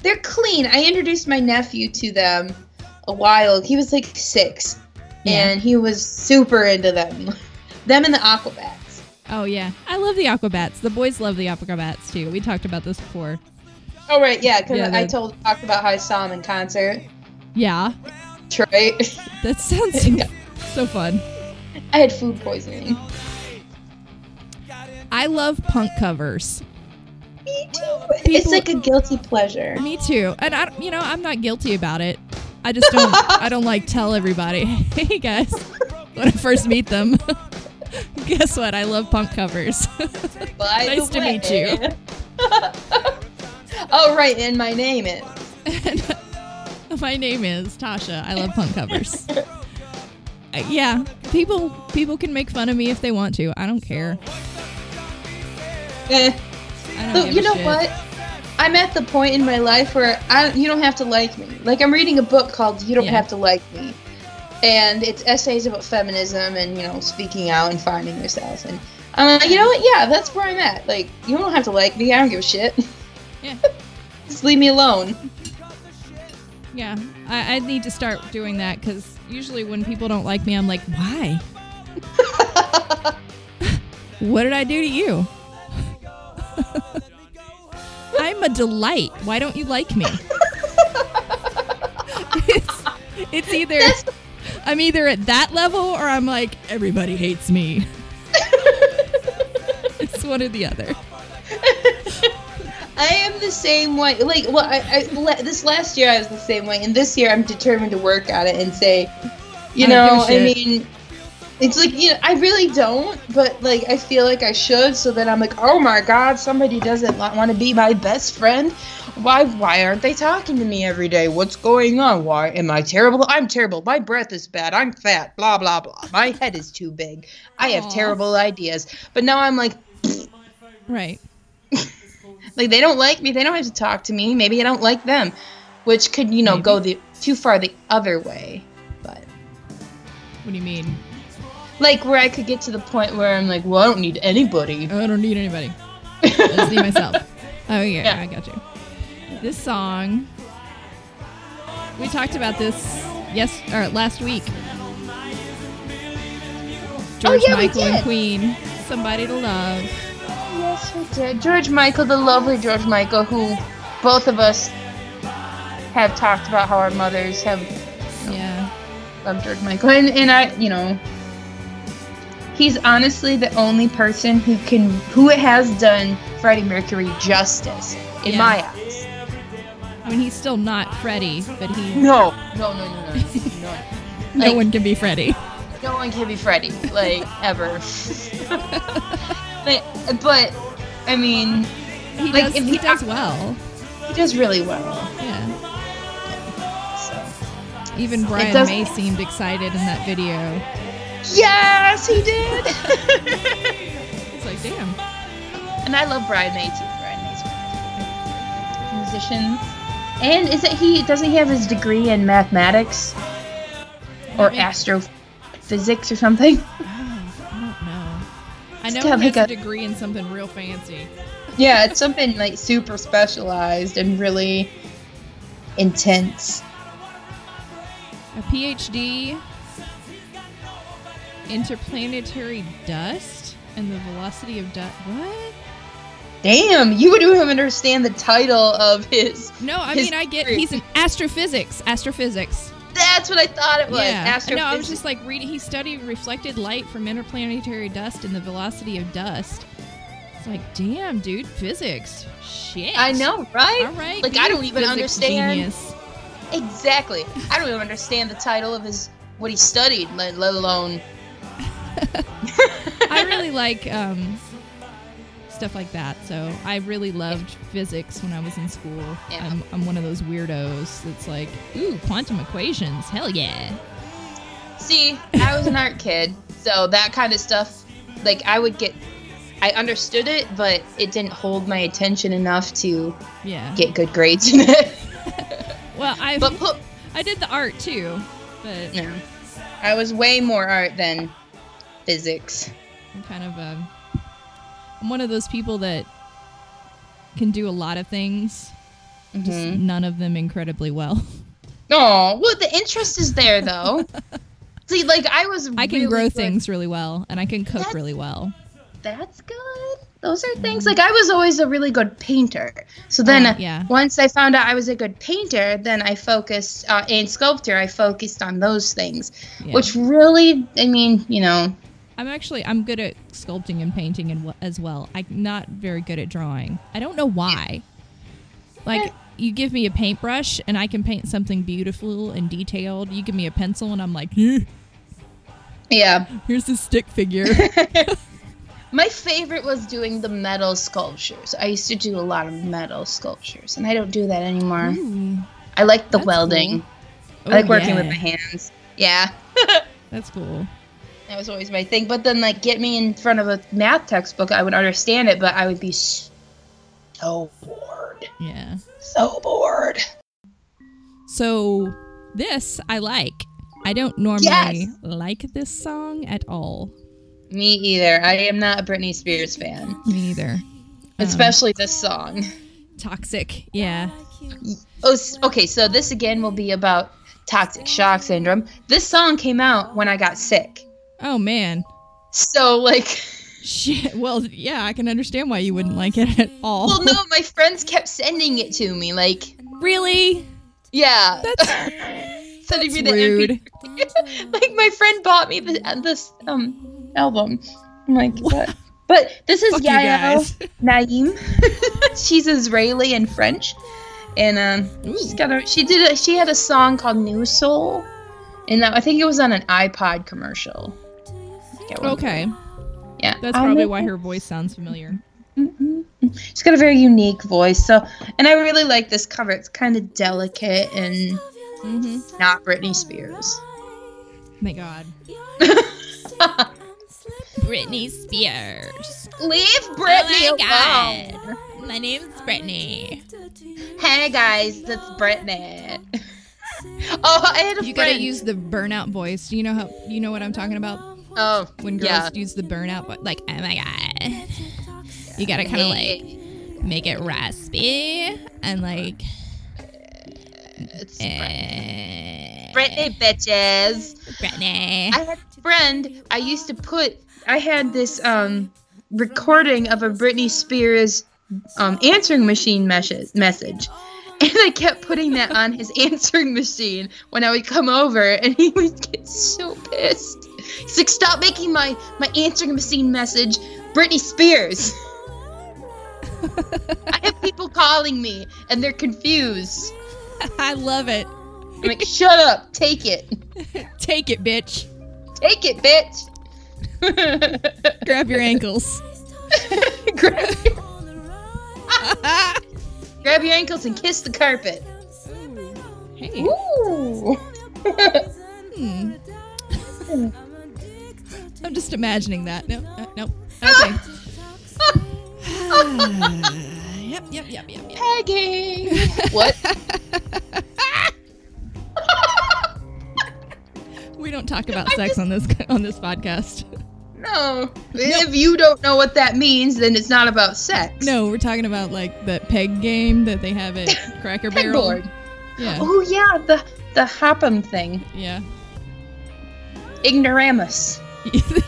A: they're clean. I introduced my nephew to them a while. He was like six,
B: Yeah.
A: and he was super into them, them and the Aquabats.
B: Oh yeah, I love the Aquabats. The boys love the Aquabats too. We talked about this before.
A: Oh right, yeah, because
B: Yeah,
A: I
B: the-
A: told talked about how I saw him in concert.
B: Yeah,
A: Troy,
B: that sounds so, so fun.
A: I had food poisoning.
B: I love punk covers.
A: Me too. It's
B: People-
A: like a guilty pleasure.
B: Me too. And I, you know, I'm not guilty about it. I just don't. I don't like tell everybody. Hey guys, when I first meet them. Guess what? I love punk covers.
A: By
B: Nice
A: the
B: to meet
A: way.
B: you.
A: oh right, and my name is.
B: and my name is Tasha. I love punk covers. Uh, yeah, people people can make fun of me if they want to. I don't care.
A: Eh.
B: I don't
A: So,
B: give
A: you
B: a
A: know
B: shit.
A: what? I'm at the point in my life where I you don't have to like me. Like I'm reading a book called You Don't
B: Yeah.
A: Have to Like Me. And it's essays about feminism and, you know, speaking out and finding yourself and I'm like, you know what? Yeah, that's where I'm at. Like, you don't have to like me. I don't give a shit.
B: Yeah.
A: Just leave me alone.
B: Yeah, I, I need to start doing that because usually when people don't like me, I'm like, why? what did I do to you? I'm a delight. Why don't you like me? it's, it's either I'm either at that level or I'm like everybody hates me. it's one or the other.
A: I am the same way. Like, well, I, I la- this last year I was the same way, and this year I'm determined to work at it and say, you
B: I don't
A: know,
B: give
A: I
B: a
A: mean, it's like you know, I really don't, but like I feel like I should. So then I'm like, oh my god, somebody doesn't want to be my best friend. Why? Why aren't they talking to me every day? What's going on? Why am I terrible? I'm terrible. My breath is bad. I'm fat. Blah blah blah. My head is too big. I have
B: Aw.
A: terrible ideas. But now I'm like,
B: Right.
A: like they don't like me. They don't have to talk to me. Maybe I don't like them, which could you know
B: Maybe.
A: go the too far the other way. But
B: What do you mean?
A: like where I could get to the point where I'm like, well, I don't need anybody.
B: I don't need anybody. I just need myself. Oh yeah,
A: Yeah.
B: I got you. This song. We talked about this yes or last week. George
A: Oh, yeah, we
B: Michael and
A: did.
B: Queen. Somebody to love.
A: Yes, we did. George Michael, the lovely George Michael, who both of us have talked about how our mothers have
B: Yeah.
A: loved George Michael, and, and I, you know, he's honestly the only person who can who has done Freddie Mercury justice in
B: Yeah.
A: my eyes.
B: I mean he's still not Freddie, but he
A: No. No, no, no, no. No,
B: no
A: Like-
B: one can be Freddie.
A: no one can be Freddy, like, ever. but, but, I mean,
B: He
A: Like,
B: does
A: if
B: he,
A: he-
B: does well.
A: he does really well.
B: Yeah.
A: So.
B: Even Brian
A: does-
B: May seemed excited in that video.
A: Yes, he did!
B: It's like, damn.
A: and I love Brian May, too. Brian May's one of my favorite musicians. And is it he, doesn't he have his degree in mathematics? Or
B: Maybe.
A: astrophysics or something?
B: Oh, I don't know. I
A: Just
B: know
A: Ah. gotta
B: he has
A: make
B: a
A: a-
B: degree in something real fancy.
A: yeah, it's something like super specialized and really intense.
B: A PhD, interplanetary dust, and the velocity of dust. What?
A: Damn, you don't even understand the title of his.
B: No, I
A: His
B: mean I get
A: degree.
B: he's an astrophysics. Astrophysics.
A: That's what I thought it was.
B: yeah.
A: Astrophys-
B: No, I was just like reading. He studied reflected light from interplanetary dust and the velocity of dust. It's like, damn, dude, physics. Shit.
A: I know, right?
B: All right.
A: Like,
B: be
A: I
B: a
A: don't even
B: physics
A: understand.
B: Genius.
A: Exactly. I don't even understand the title of his what he studied, let, let alone.
B: I really like um, stuff like that. So I really loved physics when I was in school.
A: Yeah.
B: I'm, I'm one of those weirdos that's like, ooh, quantum equations. Hell yeah.
A: See, I was an art kid, so that kind of stuff, like I would get, I understood it, but it didn't hold my attention enough to
B: Yeah.
A: get good grades in it.
B: well, I
A: But put,
B: I did the art too, but
A: no, I was way more art than physics.
B: I'm kind of um, I'm one of those people that can do a lot of things, just
A: Mhm.
B: none of them incredibly well.
A: Oh, well, the interest is there though. See, like I was.
B: I can
A: really
B: grow
A: good-
B: things really well, and I can cook
A: That's-
B: really well.
A: That's good. Those are things like I was always a really good painter. So then,
B: Oh, yeah.
A: once I found out I was a good painter, then I focused uh, in sculptor. I focused on those things,
B: Yeah.
A: which really, I mean, you know,
B: I'm actually I'm good at sculpting and painting and wh- as well. I'm not very good at drawing. I don't know why. Like you give me a paintbrush and I can paint something beautiful and detailed. You give me a pencil and I'm like, "Eh,
A: yeah.
B: here's this stick figure.
A: My favorite was doing the metal sculptures. I used to do a lot of metal sculptures, and I don't do that anymore.
B: Ooh.
A: I like the
B: Mm. That's
A: welding.
B: cool.
A: I like
B: Oh,
A: working with
B: yeah.
A: my hands. Yeah.
B: That's cool.
A: That was always my thing. But then, like, get me in front of a math textbook, I would understand it, but I would be so bored.
B: Yeah.
A: So bored.
B: So this I like. I don't normally
A: Yes.
B: like this song at all.
A: Me either. I am not a Britney Spears fan,
B: Me either.
A: especially this song.
B: Toxic. Yeah.
A: Oh, s- okay. So this again will be about toxic shock syndrome. This song came out when I got sick.
B: Oh man.
A: So like,
B: Shit. Well, yeah, I can understand why you wouldn't like it at all.
A: well, no, my friends kept sending it to me. Like,
B: Really?
A: yeah,
B: That's
A: sending me the MP3
B: rude.
A: like my friend bought me the, uh, this um album. I'm like what? But this is
B: Fuck you
A: Yael
B: guys.
A: Naim. She's Israeli and French, and um, she's got a, she did a, she had a song called New Soul, and that, I think it was on an iPod commercial. Get one.
B: Okay.
A: yeah,
B: That's
A: I
B: probably
A: know.
B: why her voice sounds familiar.
A: She's got a very unique voice, so and I really like this cover. It's kind of delicate and
B: Mm-hmm.
A: not Britney Spears.
B: Thank God. Britney Spears.
A: Leave Britney
B: my
A: alone.
B: My name's Brittany.
A: Hey guys, it's Brittany. oh, I had a
B: You gotta
A: friend.
B: use the burnout voice. Do you know how? You know what I'm talking about?
A: oh,
B: When girls
A: yeah.
B: use the burnout, vo- like, oh my god. You gotta kind of like
A: Hey,
B: make it raspy and like.
A: it's
B: eh,
A: Brittany, bitches.
B: Brittany.
A: I had a friend. I used to put. I had this um recording of a Britney Spears um answering machine message message. And I kept putting that on his answering machine when I would come over, and he would get so pissed. He's like, "Stop making my my answering machine message, Britney Spears." I have people calling me, and they're confused.
B: I love it.
A: I'm like, "Shut up, take it,
B: Take it, bitch.
A: take it, bitch."
B: Grab your ankles.
A: grab, grab your ankles and kiss the carpet.
B: hey.
A: Ooh.
B: Hmm. I'm just imagining that. No, uh, no. Okay. yep, yep, yep, yep, yep.
A: Peggy. what?
B: We don't talk about sex on this on this podcast.
A: No. If you don't know what that means, then it's not about sex.
B: No, we're talking about like that peg game that they have at Cracker Barrel.
A: Pegboard.
B: Yeah,
A: Oh yeah, the the hoppum thing.
B: yeah.
A: Ignoramus.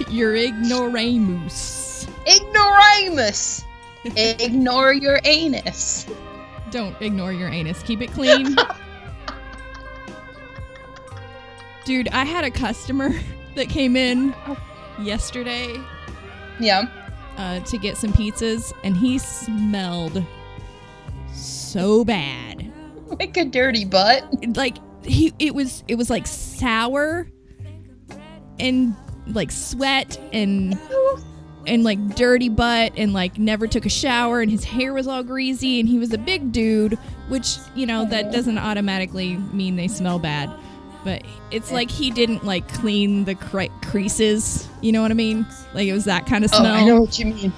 B: You're ignoramus.
A: Ignoramus. Ignore your anus.
B: Don't ignore your anus. Keep it clean. Dude, I had a customer that came in yesterday
A: Yeah.
B: uh, to get some pizzas, and he smelled so bad.
A: Like a dirty butt.
B: Like he, it was, it was like sour and like sweat and and like dirty butt and like never took a shower and his hair was all greasy and he was a big dude, which you know that doesn't automatically mean they smell bad. But it's like he didn't like clean the cre- creases. You know what I mean? Like it was that kind of
A: Oh,
B: smell.
A: I know what you mean.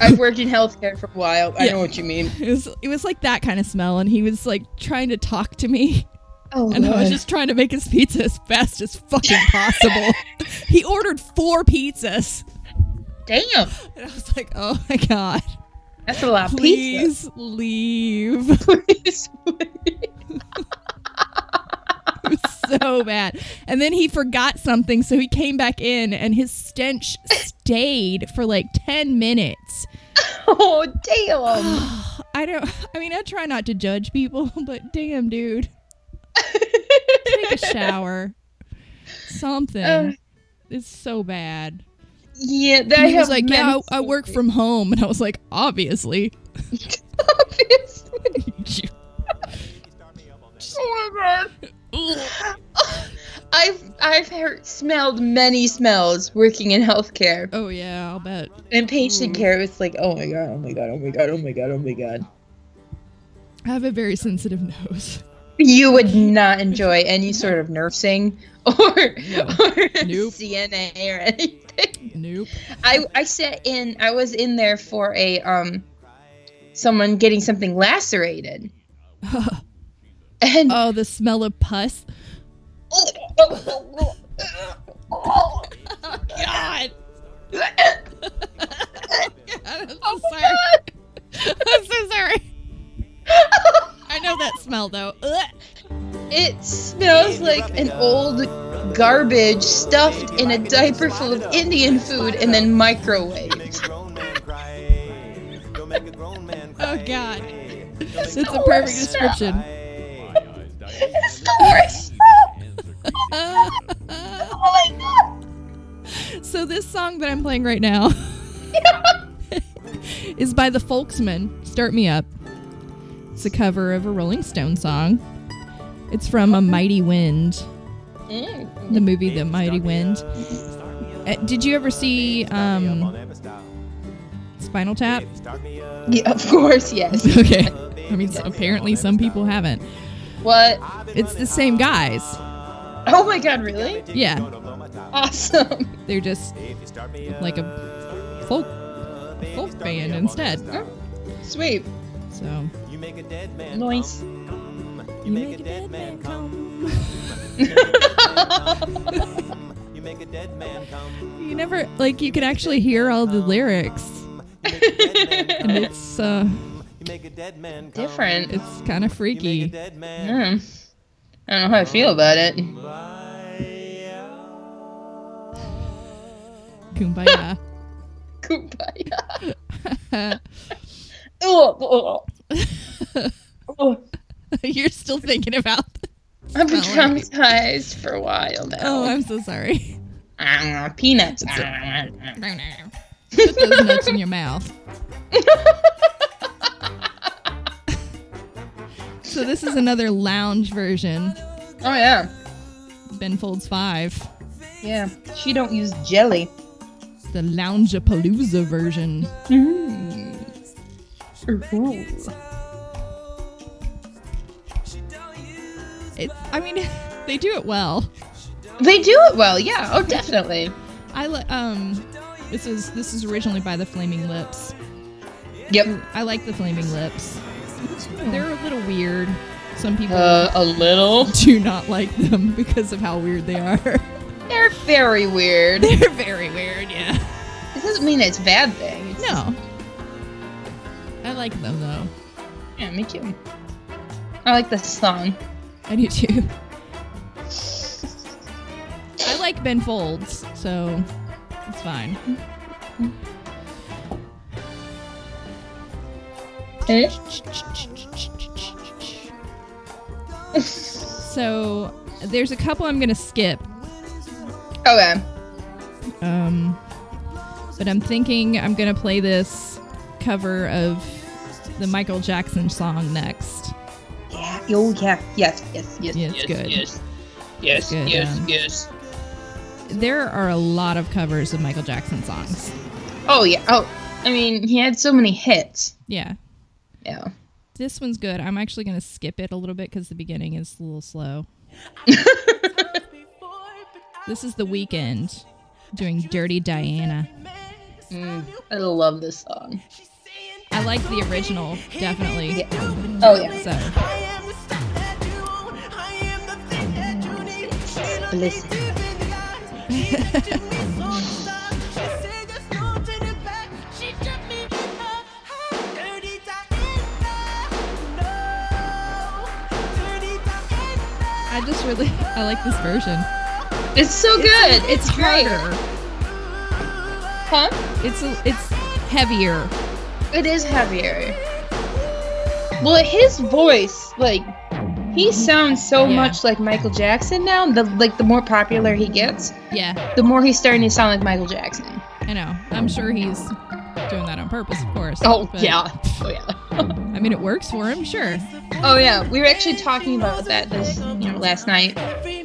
A: I've worked in healthcare for a while. I
B: Yeah.
A: know what you mean.
B: It was it was like that kind of smell, and he was like trying to talk to me,
A: Oh,
B: and I was
A: Lord.
B: just trying to make his pizza as fast as fucking possible. he ordered four pizzas,
A: damn.
B: and I was like, "Oh my god,
A: That's a lot of pizza.
B: please leave!" It
A: Please.
B: was so bad. And then he forgot something, so he came back in, and his stench stayed for like ten minutes.
A: oh, damn.
B: I don't. I mean, I try not to judge people, but damn, dude, take a shower, something.
A: Uh.
B: it's so bad.
A: Yeah, that
B: And he
A: have
B: was like,
A: men
B: "Yeah, I, I
A: so
B: work
A: weird."
B: from home," and I was like, "Obviously."
A: Obviously. Oh my god. I've I've heard, smelled many smells working in healthcare
B: oh yeah, I'll bet.
A: and
B: Mm.
A: patient care. It's like, oh my god, oh my god, oh my god, oh my god, oh my god.
B: I have a very sensitive nose.
A: You would not enjoy any sort of nursing or,
B: No.
A: or
B: Nope.
A: CNA or anything.
B: Nope.
A: I I sat in. I was in there for a um, someone getting something lacerated, and Oh,
B: oh, the smell of pus. God. I'm so
A: Oh,
B: sorry. I'm so sorry. I know that smell though. Ugh.
A: it smells like an old garbage stuffed in a diaper full of Indian food and then microwaved.
B: Oh God. That's
A: the
B: a perfect
A: worst
B: description.
A: It's the worst. Oh my god.
B: so this song that I'm playing right now is by the Folksmen. Start me up. It's a cover of a Rolling Stone song. It's from A Mighty Wind,
A: Mm.
B: the movie The Mighty Wind. Uh, did you ever see um, Spinal Tap?
A: Yeah, of course, yes.
B: Okay. I mean, s- apparently some people haven't.
A: What?
B: It's the same guys.
A: Oh my god, really?
B: Yeah,
A: Awesome.
B: they're just like a folk folk band instead.
A: Sweet.
B: So
A: Nice.
B: you make a dead man come. You never like you can actually hear all the lyrics, and it's uh,
A: Different.
B: it's kind of freaky.
A: Mm. I don't know how I feel about it.
B: Kumbaya.
A: Kumbaya. Ugh, ugh, ugh.
B: You're still thinking about.
A: I've been
B: Smell like-
A: traumatized for a while
B: Oh,
A: now.
B: I'm so sorry.
A: Ah, peanuts.
B: Put those nuts in your mouth. so this is another lounge version.
A: Oh yeah.
B: Ben Folds Five,
A: Yeah. She don't use jelly.
B: the Loungepalooza version. Mm. It, I mean, they do it well.
A: They do it well, yeah. Oh definitely.
B: I li- um, this is this is originally by the Flaming Lips.
A: Yep.
B: I like the Flaming Lips. They're a little weird. Some people
A: Uh, a little.
B: do not like them because of how weird they are.
A: They're very weird.
B: They're very weird, yeah.
A: This doesn't mean it's a bad thing. It's just-
B: No. I like them though.
A: yeah, me too. I like this song.
B: I do too. I like Ben Folds, so it's fine.
A: Eh?
B: So there's a couple I'm gonna skip,
A: Okay.
B: um, but I'm thinking I'm gonna play this cover of the Michael Jackson song next.
A: Yeah. Oh yeah. Yes. Yes. Yes.
B: Yeah, it's good.
A: Yes. Yes.
B: good,
A: yes.
B: um,
A: Yes.
B: There are a lot of covers of Michael Jackson songs.
A: Oh yeah. Oh, I mean, he had so many hits.
B: Yeah,
A: Yeah.
B: this one's good. I'm actually gonna skip it a little bit because the beginning is a little slow. This is The Weekend doing Dirty Diana.
A: Mm, I love this song.
B: I like the original, definitely.
A: Oh yeah.
B: So,
A: Listen.
B: I just really I like this version.
A: It's so good. It's, great.
B: harder.
A: Huh?
B: It's a, it's heavier.
A: It is heavier. Well, his voice, like, he sounds so
B: Mm-hmm. Yeah.
A: much like Michael Jackson now. The like, the more popular he gets,
B: Yeah,
A: the more he's starting to sound like Michael Jackson.
B: I know. I'm sure he's doing that on purpose, of course.
A: Oh
B: but-
A: yeah. Oh yeah.
B: I mean, it works for him, sure.
A: Oh yeah, we were actually talking about that this you know last night.
B: I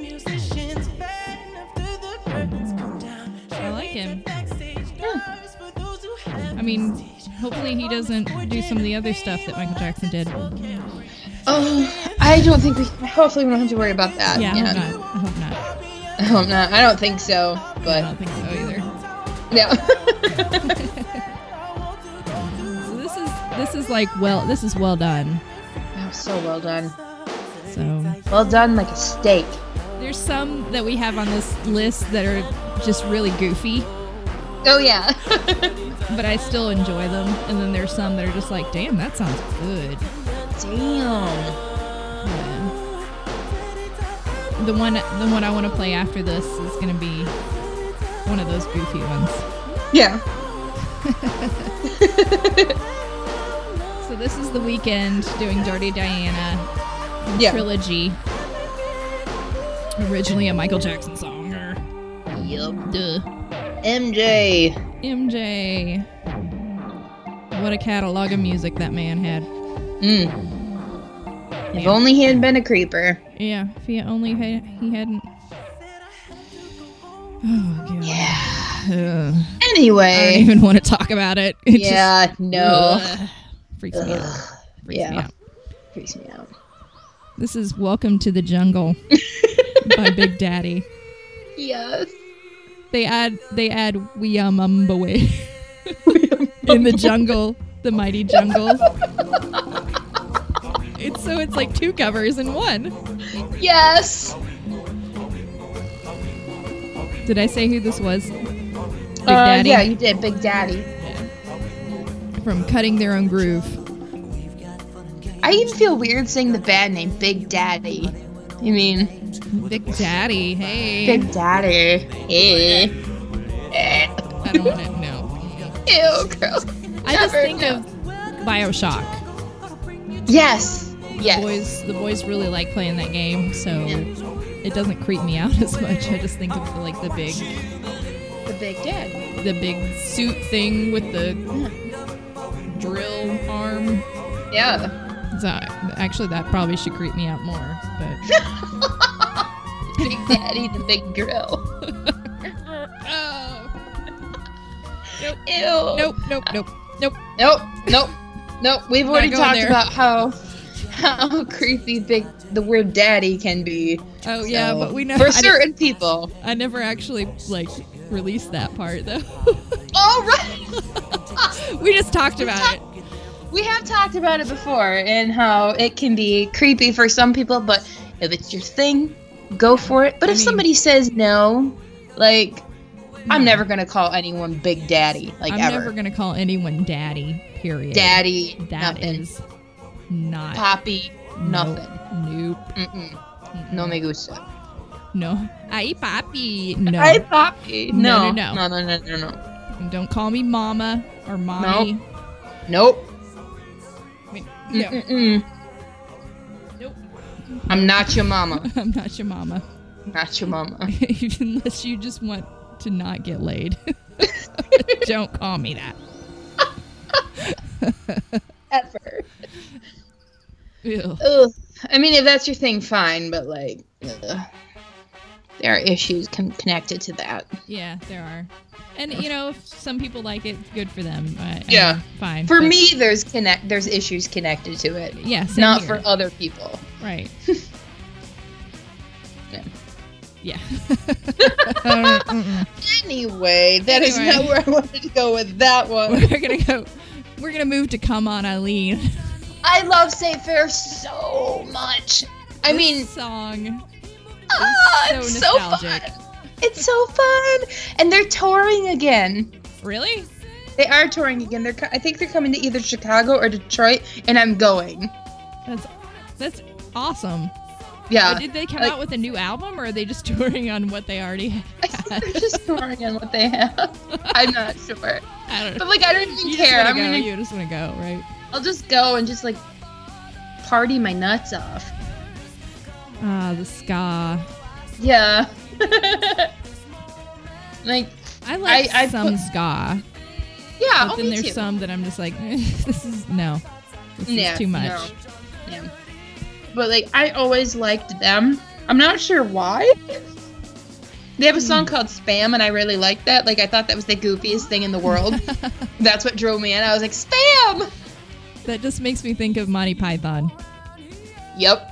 B: like him.
A: Yeah.
B: Hmm. I mean, hopefully he doesn't do some of the other stuff that Michael Jackson did.
A: Oh, I I don't think we. Hopefully, we don't have to worry about that.
B: Yeah, I hope not. I hope not.
A: I hope not. I don't think so,
B: I
A: but
B: don't think so either.
A: no.
B: So this is this is like well this is well done.
A: Oh, so well done.
B: So
A: Well done, like a steak.
B: there's some that we have on this list that are just really goofy,
A: Oh yeah.
B: but I still enjoy them. And then there's some that are just like, damn, that sounds good.
A: Damn.
B: Yeah. The one the one I want to play after this is gonna be one of those goofy ones.
A: Yeah.
B: So this is the weekend doing Dirty Diana from
A: Yeah.
B: trilogy. Originally a Michael Jackson song. er,
A: Yup.
B: Duh.
A: MJ.
B: MJ. What a catalog of music that man had.
A: Mm. If
B: Yeah.
A: only he had been a creeper.
B: Yeah, if he only had, he hadn't. Oh god.
A: Yeah.
B: Ugh. I don't
A: Anyway.
B: even want to talk about it. It just-
A: yeah. no.
B: Ugh. freaks me out.
A: Ugh.
B: Freaks me
A: Yeah.
B: out.
A: Freaks me out.
B: This is Welcome to the Jungle by Big Daddy.
A: Yes.
B: They add they add Weyamumbaway in the jungle, the mighty jungle. it's so it's like two covers in one.
A: Yes.
B: Did I say who this was? Big
A: Uh,
B: Daddy
A: yeah, you did, Big Daddy.
B: from Cutting Their Own Groove.
A: I even feel weird saying the band name Big Daddy. I mean,
B: Big Daddy, hey.
A: Big Daddy. Eh. Eh.
B: I don't want to know.
A: Ew, gross.
B: I just
A: Never
B: think
A: know.
B: of Bioshock.
A: Yes. Yes.
B: Boys, the boys really like playing that game, so
A: Yeah.
B: it doesn't creep me out as much. I just think of like the big,
A: The Big Daddy.
B: the big suit thing with the drill arm.
A: Yeah.
B: So actually, that probably should creep me out more. But
A: Big Daddy, the big grill.
B: oh,
A: Ew.
B: nope, nope, nope, nope.
A: Nope. Nope. Nope. We've already
B: going
A: talked
B: there.
A: about how how creepy big the word daddy can be.
B: Oh yeah,
A: So,
B: but we know
A: for
B: I di-
A: certain people.
B: I never actually like released that part though.
A: All right.
B: we just talked about it.
A: We have talked about it before and how it can be creepy for some people, but if it's your thing, go for it. But
B: I
A: if
B: mean-
A: somebody says no, like I'm never gonna call anyone Big Daddy, like
B: I'm
A: ever.
B: never gonna call anyone daddy. Period.
A: Daddy,
B: That
A: nothing.
B: is not
A: Poppy, nothing.
B: Nope.
A: Mm-mm. No me gusta.
B: No. Ay, papi. No.
A: Hi, Poppy.
B: No,
A: No,
B: no,
A: no, no,
B: no.
A: no, no, no. no.
B: Don't call me mama or mommy.
A: Nope.
B: I mean, No.
A: Mm-mm.
B: Nope.
A: I'm not your mama.
B: I'm not your mama.
A: Not your mama.
B: Unless you just want to not get laid. Don't call me that.
A: Ever.
B: Ew.
A: Ugh. I mean, if that's your thing, fine, but like, ugh. there are issues con- connected to that.
B: Yeah, there are. And you know, if some people like it, good for them. I- I
A: Yeah.
B: mean, fine.
A: For
B: but-
A: me, there's connect, there's issues connected to it,
B: yeah, same
A: not
B: here.
A: for other people.
B: right.
A: Yeah.
B: Yeah. I don't- Uh, mm-mm.
A: Anyway, that is
B: Anyway.
A: not where I wanted to go with that one.
B: We're gonna go. We're gonna move to come on, Eileen.
A: I love Saint Fair so much. I
B: This
A: mean,
B: song.
A: ah,
B: so
A: it's so fun.
B: nostalgic.
A: It's so fun, and they're touring again.
B: Really?
A: They are touring again. They're co- I think they're coming to either Chicago or Detroit, and I'm going.
B: That's that's awesome.
A: Yeah,
B: Oh, Did they come
A: like-
B: out with a new album, or are they just touring on what they already
A: I
B: had?
A: think they're just throwing in what they have. I'm not sure,
B: I don't know.
A: but like I don't even
B: You
A: care.
B: Just
A: I'm
B: wanna go.
A: gonna,
B: You just want to go, right?
A: I'll just go and just like party my nuts off.
B: Ah, the ska.
A: Yeah. like
B: I like
A: I
B: some
A: put-
B: ska,
A: yeah.
B: but
A: oh,
B: then
A: me
B: there's
A: too.
B: some that I'm just like, eh, this is no, this
A: Yeah,
B: is too much.
A: no. Yeah. But like I always liked them. I'm not sure why. They have a song
B: Hmm.
A: called Spam and I really liked that. Like I thought that was the goofiest thing in the world. That's what drove me in. I was like, Spam
B: That just makes me think of Monty Python.
A: Yep.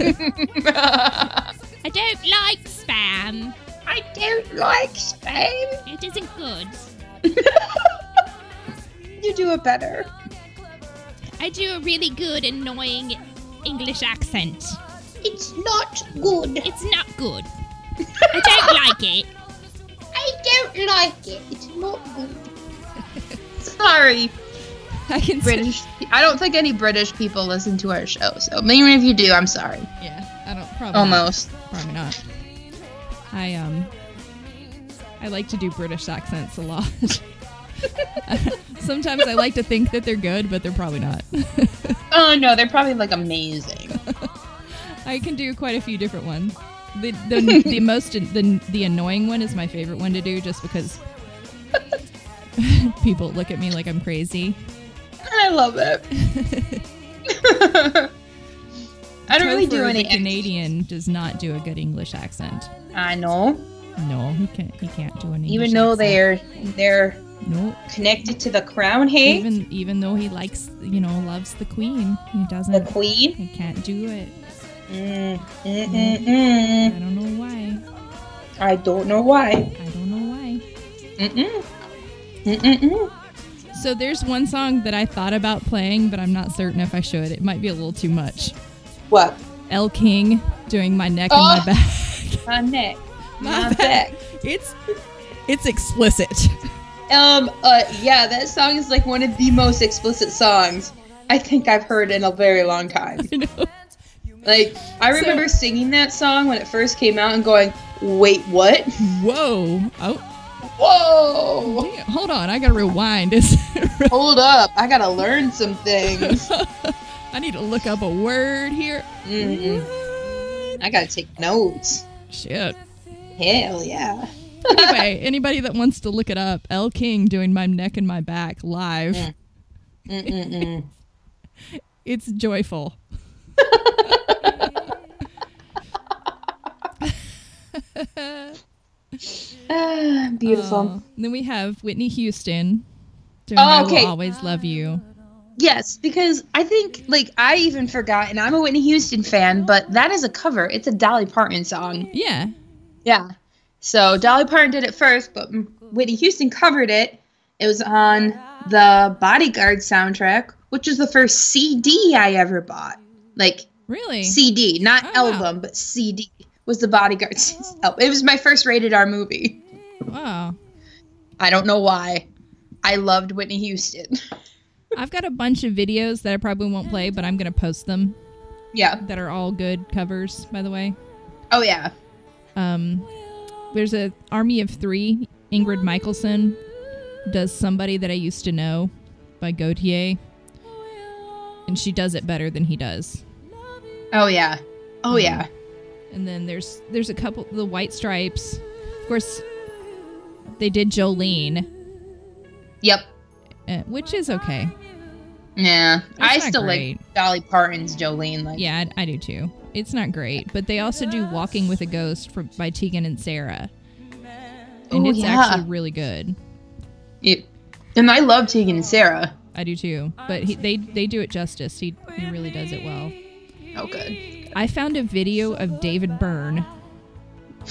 D: I don't like spam.
A: I don't like spam.
D: It isn't good.
A: You do it better.
D: I do a really good, annoying English accent.
A: It's not good.
D: It's not good. I don't like it.
A: I don't like it. It's not good. Sorry,
B: I can say-
A: British. I don't think any British people listen to our show, so even if you do, I'm sorry.
B: Yeah, I don't probably not.
A: Almost.
B: probably not. I um, I like to do British accents a lot. Sometimes I like to think that they're good, but they're probably not.
A: Oh no, they're probably like amazing.
B: I can do quite a few different ones. The the, the most the the annoying one is my favorite one to do, just because people look at me like I'm crazy.
A: I love it. I don't really
B: Topher
A: do
B: the
A: any
B: Canadian does not do a good English accent.
A: I know,
B: No, he can't. He can't do an English
A: even though
B: accent.
A: they're they're
B: no.
A: connected to the crown. Hey,
B: Even even though he likes, you know, loves the Queen, he
A: the
B: doesn't.
A: queen.
B: He can't do it.
A: Mm, mm, mm, mm.
B: I don't know why.
A: I don't know why. Mm,
B: I don't know why.
A: Mm-mm. Mm-mm-mm.
B: So there's one song that I thought about playing, but I'm not certain if I should. It might be a little too much.
A: What?
B: L King doing my neck and
A: Oh.
B: my back.
A: My neck.
B: My
A: My back.
B: it's it's explicit.
A: Um, uh, yeah, that song is like one of the most explicit songs I think I've heard in a very long time.
B: I know.
A: Like, I
B: So-
A: remember singing that song when it first came out and going, wait, what?
B: Whoa. Oh,
A: Whoa!
B: damn. hold on. I gotta rewind. Is it really-
A: Hold up, I gotta learn some things.
B: I need to look up a word here.
A: Mm, I gotta take notes.
B: Shit.
A: Hell yeah.
B: Anyway, anybody that wants to look it up, L King doing my neck and my back live.
A: Mm. Mm-mm-mm.
B: It's joyful.
A: Ah, beautiful.
B: Aw. Um, then we have Whitney Houston doing
A: Oh,
B: I Will
A: okay.
B: Always Love You.
A: Yes, because I think like I even forgot, and I'm a Whitney Houston fan, but that is a cover. It's a Dolly Parton song.
B: Yeah.
A: Yeah. So Dolly Parton did it first, but mm, Whitney Houston covered it. It was on the Bodyguard soundtrack, which was the first CD I ever bought. Like
B: Really?
A: CD, not
B: Oh, wow.
A: album, but CD was the Bodyguard. Oh, it was my first rated R movie.
B: Wow.
A: I don't know why. I loved Whitney Houston.
B: I've got a bunch of videos that I probably won't play, but I'm going to post them
A: yeah.
B: that are all good covers, by the way.
A: Oh yeah.
B: Um, there's a Army of Three. Ingrid Michaelson does Somebody That I Used to Know by Gautier. And she does it better than he does.
A: Oh yeah. Oh yeah.
B: Mm-hmm. And then there's there's a couple the White Stripes. Of course, they did Jolene,
A: Yep.
B: uh, which is okay.
A: Yeah, I
B: not
A: still
B: great.
A: like Dolly Parton's Jolene. Like,
B: Yeah, I, I do too. It's not great, but they also do Walking with a Ghost from, by Tegan and Sarah, and
A: Ooh,
B: it's
A: yeah.
B: actually really good.
A: it- and I love Tegan and Sarah.
B: I do too, but he, they they do it justice. He, he really does it well.
A: Oh, good.
B: I found a video of David Byrne.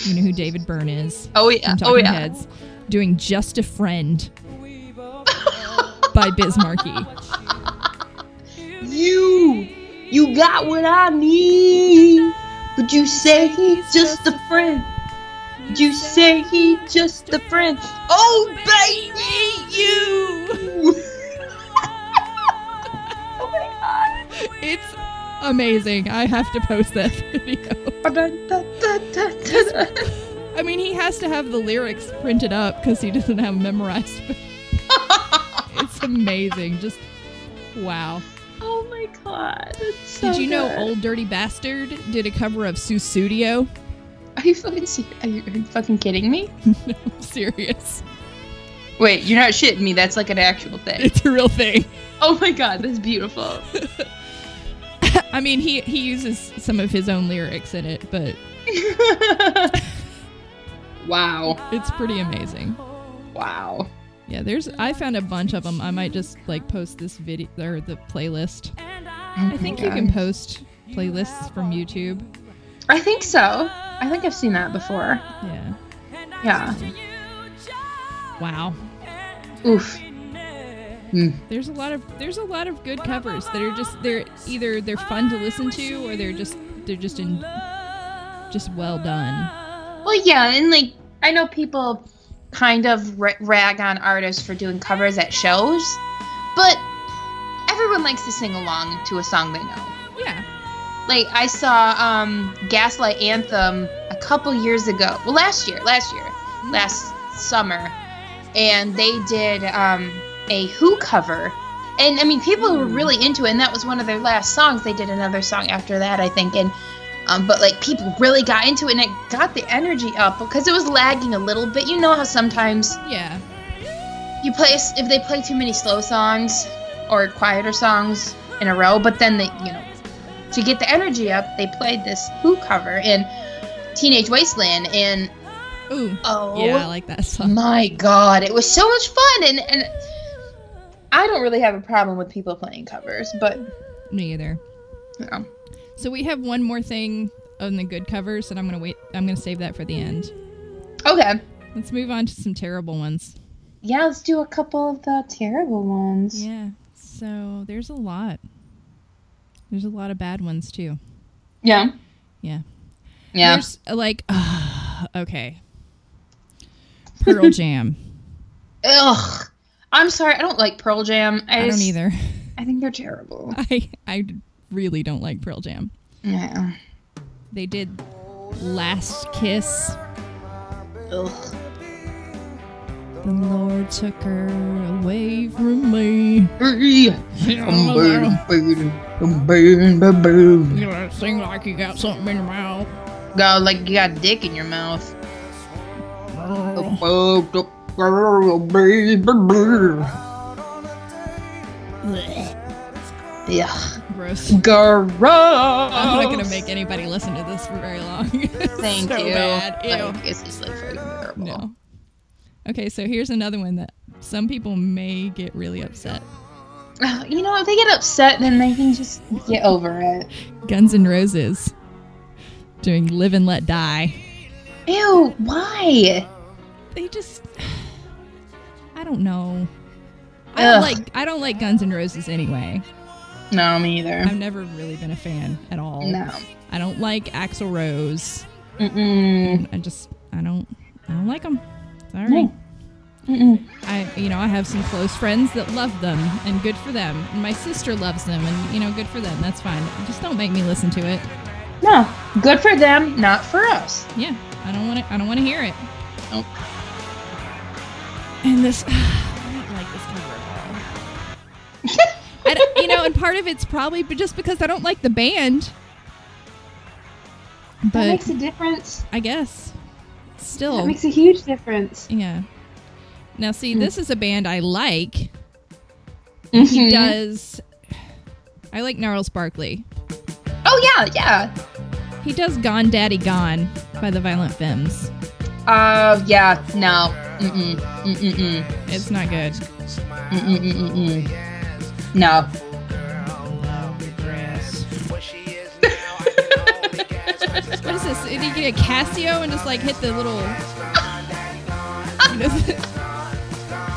B: You know who David Byrne is?
A: Oh yeah.
B: from
A: Oh
B: Talking
A: yeah.
B: Heads, doing "Just a Friend" by Biz Markie.
A: You, you got what I need, but you say he's just a friend. You say he's just a friend. Oh baby, you. oh my god.
B: It's amazing. I have to post that video.
A: oh
B: I mean, he has to have the lyrics printed up because he doesn't have them memorized. but it's amazing. Just wow.
A: my god. That's so
B: Did you know
A: good.
B: Old Dirty Bastard did a cover of Susudio?
A: Are you fucking ser- are you, are you fucking kidding me?
B: No, I'm serious.
A: Wait, you're not shitting me. That's like an actual thing.
B: It's a real thing.
A: Oh my god, that's beautiful.
B: I mean, he he uses some of his own lyrics in it, but
A: wow.
B: it's pretty amazing.
A: Wow.
B: Yeah, there's I found a bunch
A: Oh
B: of them. I might just like post this video or the playlist. I think you can post playlists from YouTube.
A: I think so. I think I've seen that before.
B: Yeah.
A: Yeah.
B: Wow.
A: Oof. Mm.
B: There's a lot of there's a lot of good covers that are just they're either they're fun to listen to or they're just they're just in just well done.
A: Well, yeah, and like I know people kind of ra- rag on artists for doing covers at shows, but everyone likes to sing along to a song they know.
B: Yeah.
A: Like I saw um, Gaslight Anthem a couple years ago. Well, last year, last year, last summer, and they did um, a Who cover. And I mean, people were really into it, and that was one of their last songs. They did another song after that, I think, and um, but like people really got into it, and it got the energy up because it was lagging a little bit. You know how sometimes
B: Yeah.
A: you play if they play too many slow songs or quieter songs in a row but then they you know to get the energy up they played this who cover in teenage wasteland and
B: Ooh.
A: oh
B: Yeah, I like that song.
A: my god it was so much fun and and i don't really have a problem with people playing covers but
B: Me either.
A: you know
B: So we have one more thing on the good covers, and I'm gonna wait. I'm gonna save that for the end.
A: okay
B: Let's move on to some terrible ones.
A: yeah let's do a couple of the terrible ones
B: Yeah. So there's a lot. There's a lot of bad ones too.
A: yeah
B: Yeah.
A: yeah
B: There's uh, like, okay. Pearl Jam.
A: ugh i'm sorry i don't like pearl jam i,
B: I don't
A: just-
B: either.
A: i think they're terrible
B: I I really don't like Pearl Jam.
A: yeah
B: They did Last Kiss.
A: ugh
B: The Lord took her away from me.
E: I'm burning, burning, I'm burning, burning, burning.
B: You know, sing like you got something in your mouth.
A: Go like you got dick in your mouth.
E: Oh, the girl, baby, burning.
A: Yeah.
B: Gross.
A: Gross.
B: I'm not gonna make anybody listen to this for very long.
A: Thank
B: so
A: you.
B: Bad. Ew.
A: Like, it's just like fucking terrible.
B: No. Okay, so here's another one that some people may get really upset.
A: Ugh, You know, if they get upset, then they can just get over it.
B: Guns N' Roses doing "Live and Let Die."
A: Ew. Why?
B: They just, I don't know. I
A: Ugh.
B: don't like I don't like Guns N' Roses anyway.
A: No, me either.
B: I've never really been a fan at all.
A: No.
B: I don't like Axl Rose.
A: Mm-mm.
B: I just I don't I don't like them. Sorry.
A: No. Mm-mm.
B: I you know I have some close friends that love them and good for them. And my sister loves them and you know good for them. That's fine. Just don't make me listen to it.
A: No. Good for them, not for us.
B: Yeah, I don't want to. I don't want to hear it.
A: Nope.
B: And this, I don't like this cover at all. I don't- you know, and part of it's probably be- just because I don't like the band.
A: that
B: But
A: makes a difference.
B: I guess still,
A: That makes a huge difference. Hmm.
B: yeah. Now, see, this is a band I like.
A: Mhm.
B: He does. I like Gnarls Barkley.
A: Oh yeah, yeah.
B: He does "Gone Daddy Gone" by the Violent Femmes.
A: Uh, yeah. No. Mm-mm. Mm-mm.
B: It's not good.
A: Mm-mm. No.
B: What is this? Did you get a Casio and just like hit the little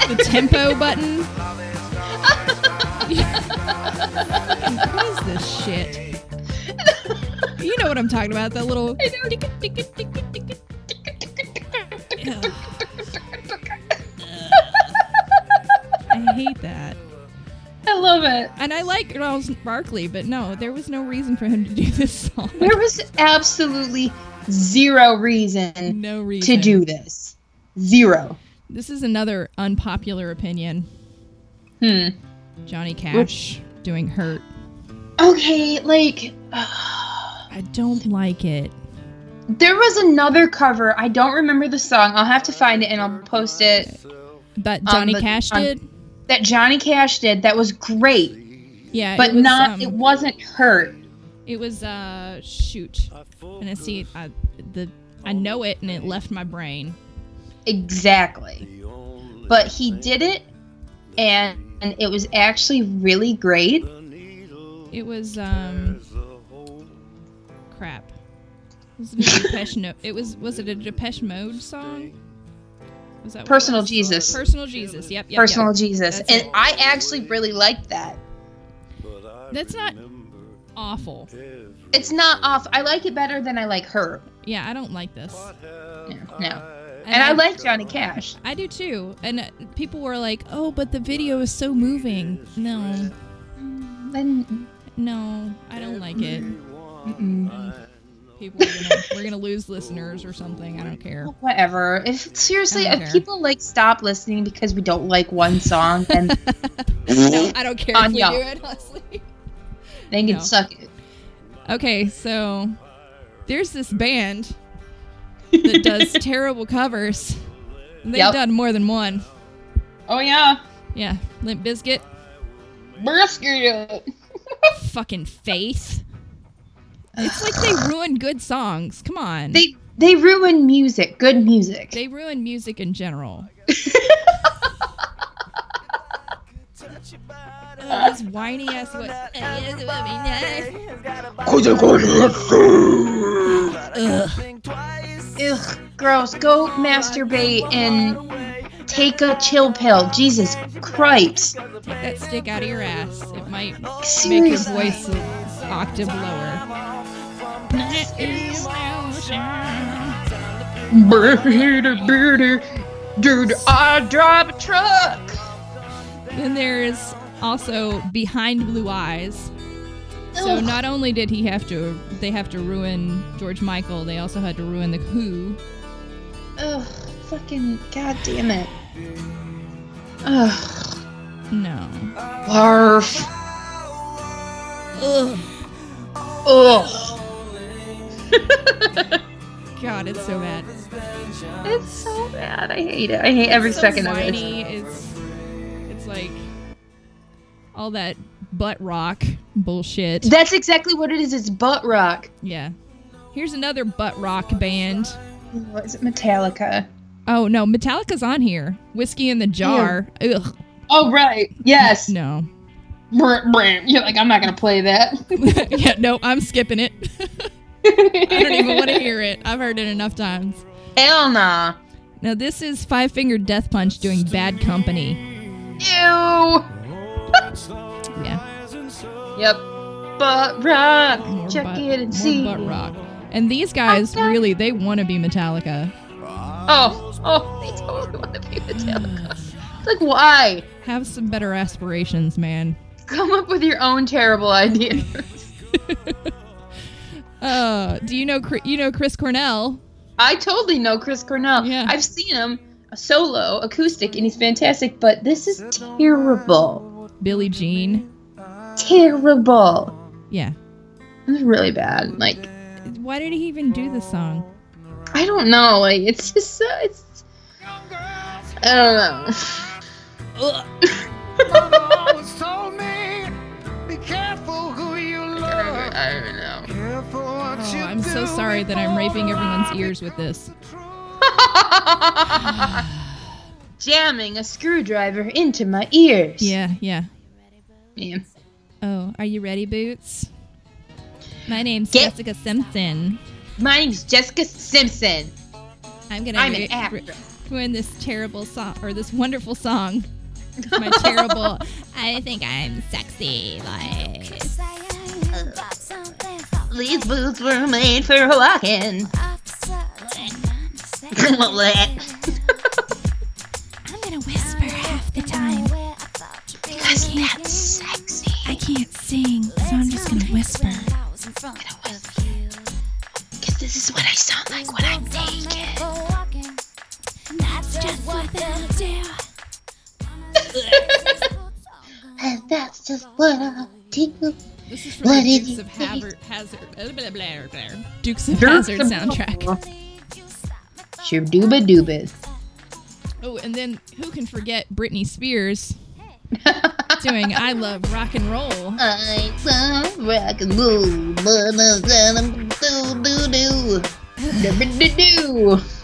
B: the tempo button? what is this shit? You know what I'm talking about? That little. Ugh. I hate that.
A: I love it.
B: And I like Charles Barkley, but no, there was no reason for him to do this song.
A: There was absolutely zero reason
B: No
A: to
B: reason
A: do this. Zero.
B: This is another unpopular opinion.
A: Hmm.
B: Johnny Cash doing Hurt.
A: Okay, like
B: I don't like it.
A: there was another cover. I don't remember the song. I'll have to find it and I'll post it.
B: That Johnny
A: Um, but-
B: Cash
A: on-
B: did?
A: That Johnny Cash did. That was great,
B: Yeah,
A: but
B: it was,
A: not.
B: um,
A: it wasn't hurt.
B: it was uh shoot. And I see I the I know it and it left my brain.
A: Exactly. But he did it, and, and it was actually really great.
B: It was um Was it a Depeche Note? It was. Was it a Depeche Mode song? Was that what it
A: Personal
B: was?
A: Jesus.
B: Personal Jesus. Yep. yep
A: Personal
B: Yep.
A: Jesus.
B: That's
A: and
B: it.
A: I actually really liked that.
B: That's not awful.
A: It's not off. I like it better than I like her.
B: Yeah, I don't like this.
A: No. no. And I like Johnny Cash.
B: I do too. And uh, people were like, "Oh, but the video is so moving." No,
A: Then
B: no, I don't like it.
A: mm-mm.
B: People, are gonna, we're gonna lose listeners or something. I don't care.
A: whatever. If seriously,
B: I don't
A: if
B: care.
A: people like stop listening because we don't like one song, then
B: No, I don't care if
A: On
B: we
A: y'all.
B: do it honestly.
A: they can
B: No.
A: suck it.
B: Okay, so there's this band that does terrible covers. And They've
A: Yep.
B: done more than one.
A: Oh yeah,
B: Yeah, Limp Bizkit,
A: brisket.
B: fucking Faith. It's like they ruin good songs. Come on.
A: They they ruin music, good music.
B: They ruin music in general. Uh, this whiny ass what?
A: Ugh, girls, go masturbate and take a chill pill. Jesus Christ.
B: Take that stick out of your ass. It might make your
A: Seriously.
B: voice an octave lower.
A: Dude, I drive a truck.
B: Then there's also Behind Blue Eyes. So
A: Ugh.
B: not only did he have to, they have to ruin George Michael. They also had to ruin the Who.
A: Ugh, fucking god damn it. Ugh.
B: No.
A: Barf.
B: Ugh.
A: Ugh.
B: God, it's so bad.
A: It's so bad. I hate it. I hate every
B: so
A: second of it.
B: whiny. It's it's like all that butt rock bullshit.
A: That's exactly what it is. It's butt rock.
B: yeah. Here's another butt rock band.
A: What is it? Metallica.
B: Oh no, Metallica's on here. Whiskey in the jar. Ugh.
A: Oh right. Yes.
B: No.
A: Brr, brr. You're like I'm not gonna play that.
B: yeah, no, I'm skipping it. I don't even want to hear it. I've heard it enough times.
A: Hell nah.
B: Now this is Five Finger Death Punch doing Bad Company.
A: Ew.
B: Yeah.
A: Yep. Butt rock.
B: More
A: Check
B: butt,
A: it and
B: more
A: see.
B: butt rock. And these guys
A: Okay.
B: really they want to be Metallica.
A: Oh, oh, they totally want to be Metallica. It's like why?
B: Have some better aspirations, man.
A: Come up with your own terrible idea.
B: Uh, do you know Chri- you know Chris Cornell?
A: I totally know Chris Cornell.
B: Yeah.
A: I've seen him solo, acoustic, and he's fantastic, but this is terrible.
B: Billie Jean.
A: Terrible.
B: Yeah.
A: It's really bad. Like,
B: Why did he even do this song?
A: I don't know. Like, it's just so. It's, I don't know. I don't know.
B: Oh, I'm so sorry that I'm raping everyone's ears with this.
A: Jamming a screwdriver into my ears.
B: Yeah, yeah.
A: Yeah.
B: Oh, are you ready, Boots? My name's
A: Get-
B: Jessica Simpson.
A: My name's Jessica Simpson.
B: I'm gonna
A: I'm
B: re-
A: an actress.
B: re- ruin this terrible song or this wonderful song. My terrible. I think I'm sexy. Like
A: These boots were made for walking.
D: I'm gonna whisper half the time.
F: Because that's sexy.
D: I can't sing, so I'm just gonna whisper.
F: Because this is what I sound like when I'm naked. That's just what they'll do.
E: And that's just what I do.
B: this is from
E: What
B: the
E: did
B: Dukes
E: you
B: of
E: say?
B: Hazard. Hazard blah, blah, blah, blah. Dukes of
A: Dukes
B: Hazard
A: of-
B: soundtrack.
A: Shadooba doobas.
B: Oh, and then who can forget Britney Spears doing "I Love Rock and Roll"?
E: I love rock and roll, but I sound do do do.
A: Do-do-do-do.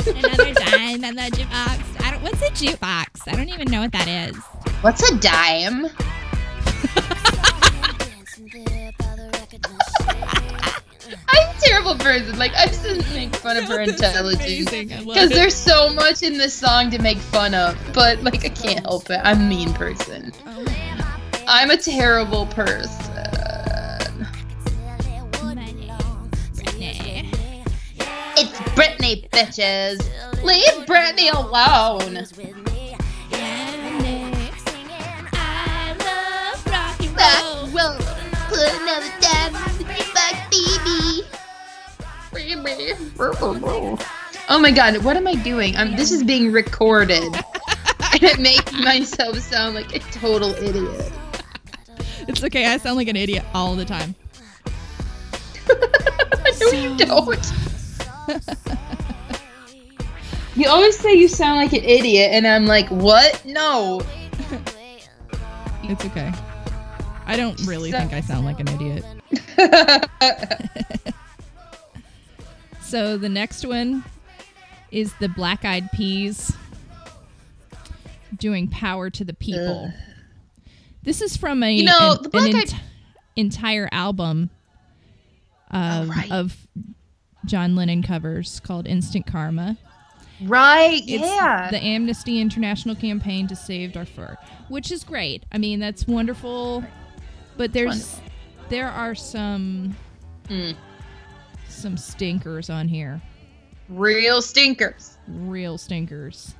D: Another dime and the jukebox. I don't. What's a jukebox? I don't even know what that is.
A: What's a dime? I'm terrible terrible person. Like I just make fun of her
B: This is
A: intelligence
B: amazing. I love
A: because
B: it.
A: there's so much in this song to make fun of. But like I can't help it. I'm a mean person.
B: Oh, man.
A: I'm a terrible person. It's Britney, bitches. Leave Britney alone. Rock, roll, put another dime in the back, baby. Baby. Oh my god, what am I doing? I'm, this is being recorded. and it makes myself sound like a total idiot.
B: It's okay. I sound like an idiot all the time.
A: no, you don't. you always say you sound like an idiot, and I'm like, what? No.
B: It's okay. I don't really
A: So-
B: think I sound like an idiot. So the next one is the Black Eyed Peas doing "Power to the People." This is from a
A: You know, the Black
B: an
A: Eyed-
B: entire album um,
A: right.
B: of John Lennon covers called "Instant Karma."
A: right?
B: It's
A: yeah.
B: the Amnesty International campaign to save Darfur, which is great. I mean, that's wonderful, but there's
A: Wonderful.
B: there are some
A: Mm.
B: some stinkers on here,
A: Real stinkers.
B: real stinkers.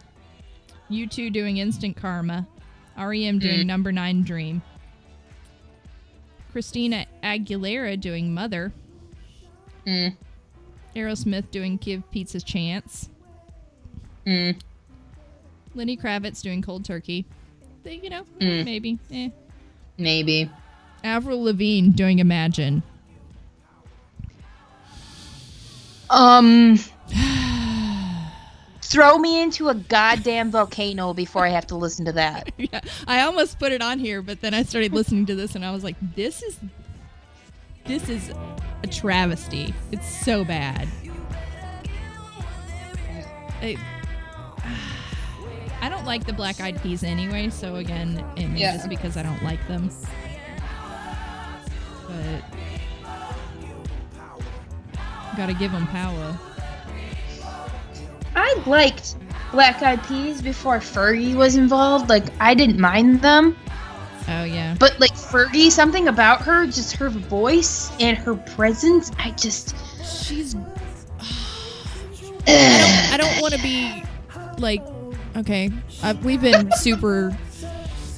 B: You two doing instant karma, REM doing
A: Mm.
B: number nine dream, Christina Aguilera doing mother,
A: Mm.
B: Aerosmith doing give pizza chance.
A: Mm.
B: Lenny Kravitz doing cold turkey. They- you know,
A: Mm.
B: maybe. Eh.
A: Maybe.
B: Avril Lavigne doing Imagine.
A: Um. Throw me into a goddamn volcano before I have to listen to that.
B: yeah, I almost put it on here, but then I started listening to this and I was like, this is this is a travesty. It's so bad. I, I don't like the Black Eyed Peas anyway, so again, it may
A: Yeah.
B: just because I don't like them. But gotta give them power.
A: I liked Black Eyed Peas before Fergie was involved. Like, I didn't mind them.
B: Oh yeah.
A: But, like, Fergie, something about her, just her voice and her presence, I just.
B: She's.
A: Ugh.
B: I don't want to be like. Okay, uh, we've been super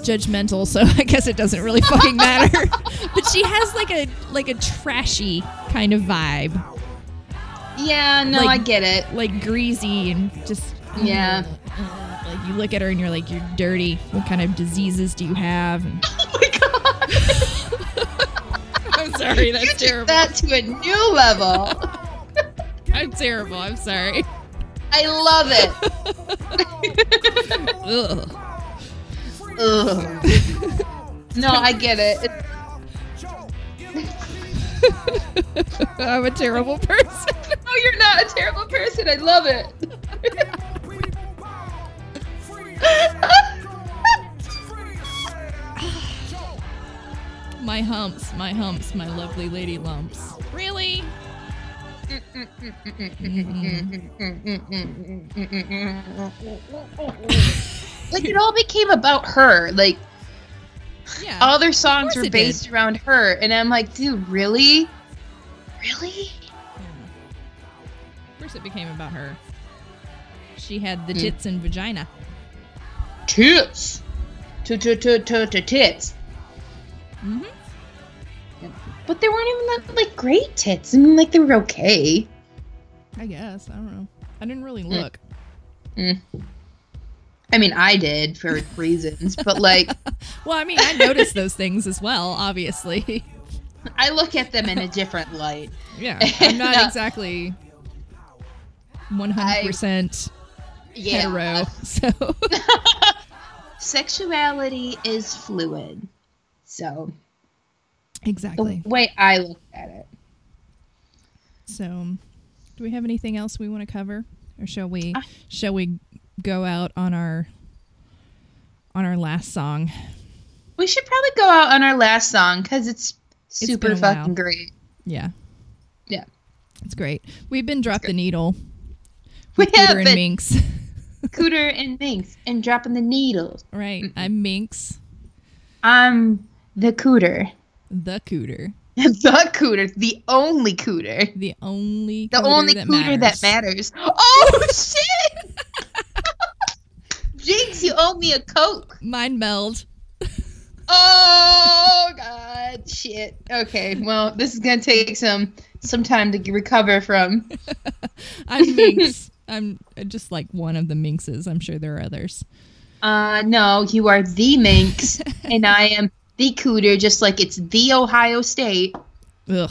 B: judgmental, so I guess it doesn't really fucking matter. but she has like a like a trashy kind of vibe,
A: Yeah, no,
B: Like-
A: I get it.
B: like greasy and just mm,
A: Yeah.
B: Like you look at her and you're like, you're dirty. What kind of diseases do you have? And-
A: Oh my god.
B: I'm sorry,
A: You
B: that's
A: took
B: terrible.
A: that to a new level.
B: I'm terrible. I'm sorry.
A: I love it.
B: Ugh.
A: Ugh. No, I get it. It's-
B: I'm a terrible person.
A: No, you're not a terrible person. I love it.
B: My humps, my humps, my lovely lady lumps. Really? Mm-hmm.
A: like it all became about her. Like
B: Yeah.
A: all their songs
B: course
A: were
B: it
A: based around her, and I'm like, dude, really, really?
B: Of course, it became about her. She had the tits and vagina.
A: Tits, to to to to to tits.
B: hmm
A: But they weren't even that like great tits. I mean, like they were okay.
B: I guess. I don't know. I didn't
A: Mm.
B: really look.
A: I mean, I did for reasons, but like
B: Well, I mean, I noticed those things as well, obviously.
A: I look at them in a different light.
B: yeah. I'm not
A: No.
B: exactly 100%
A: Yeah.
B: hetero. So,
A: Sexuality is fluid. So the
B: exactly.
A: way I look at it.
B: So, do we have anything else we want to cover, or shall we shall we go out on our on our last song?
A: We should probably go out on our last song because it's
B: It's
A: super
B: been a while.
A: fucking great.
B: Yeah.
A: Yeah.
B: It's great. We've been drop the needle.
A: We
B: Peter
A: have
B: and
A: been
B: Minx.
A: Cooter and Minx and dropping the needles.
B: right. I'm Minx,
A: I'm the Cooter.
B: the cooter.
A: the Cooter. The only Cooter.
B: The only
A: The
B: cooter
A: only
B: that
A: cooter
B: matters.
A: that matters. Oh shit! Jinx, you owe me a coke.
B: Mind meld.
A: Oh god, shit. Okay, well, this is gonna take some some time to recover from.
B: I'm Minx. I'm uh, just like one of the Minxes. I'm sure there are others.
A: Uh, no, you are the Minx, and I am the Cooter, just like it's the Ohio State.
B: Ugh.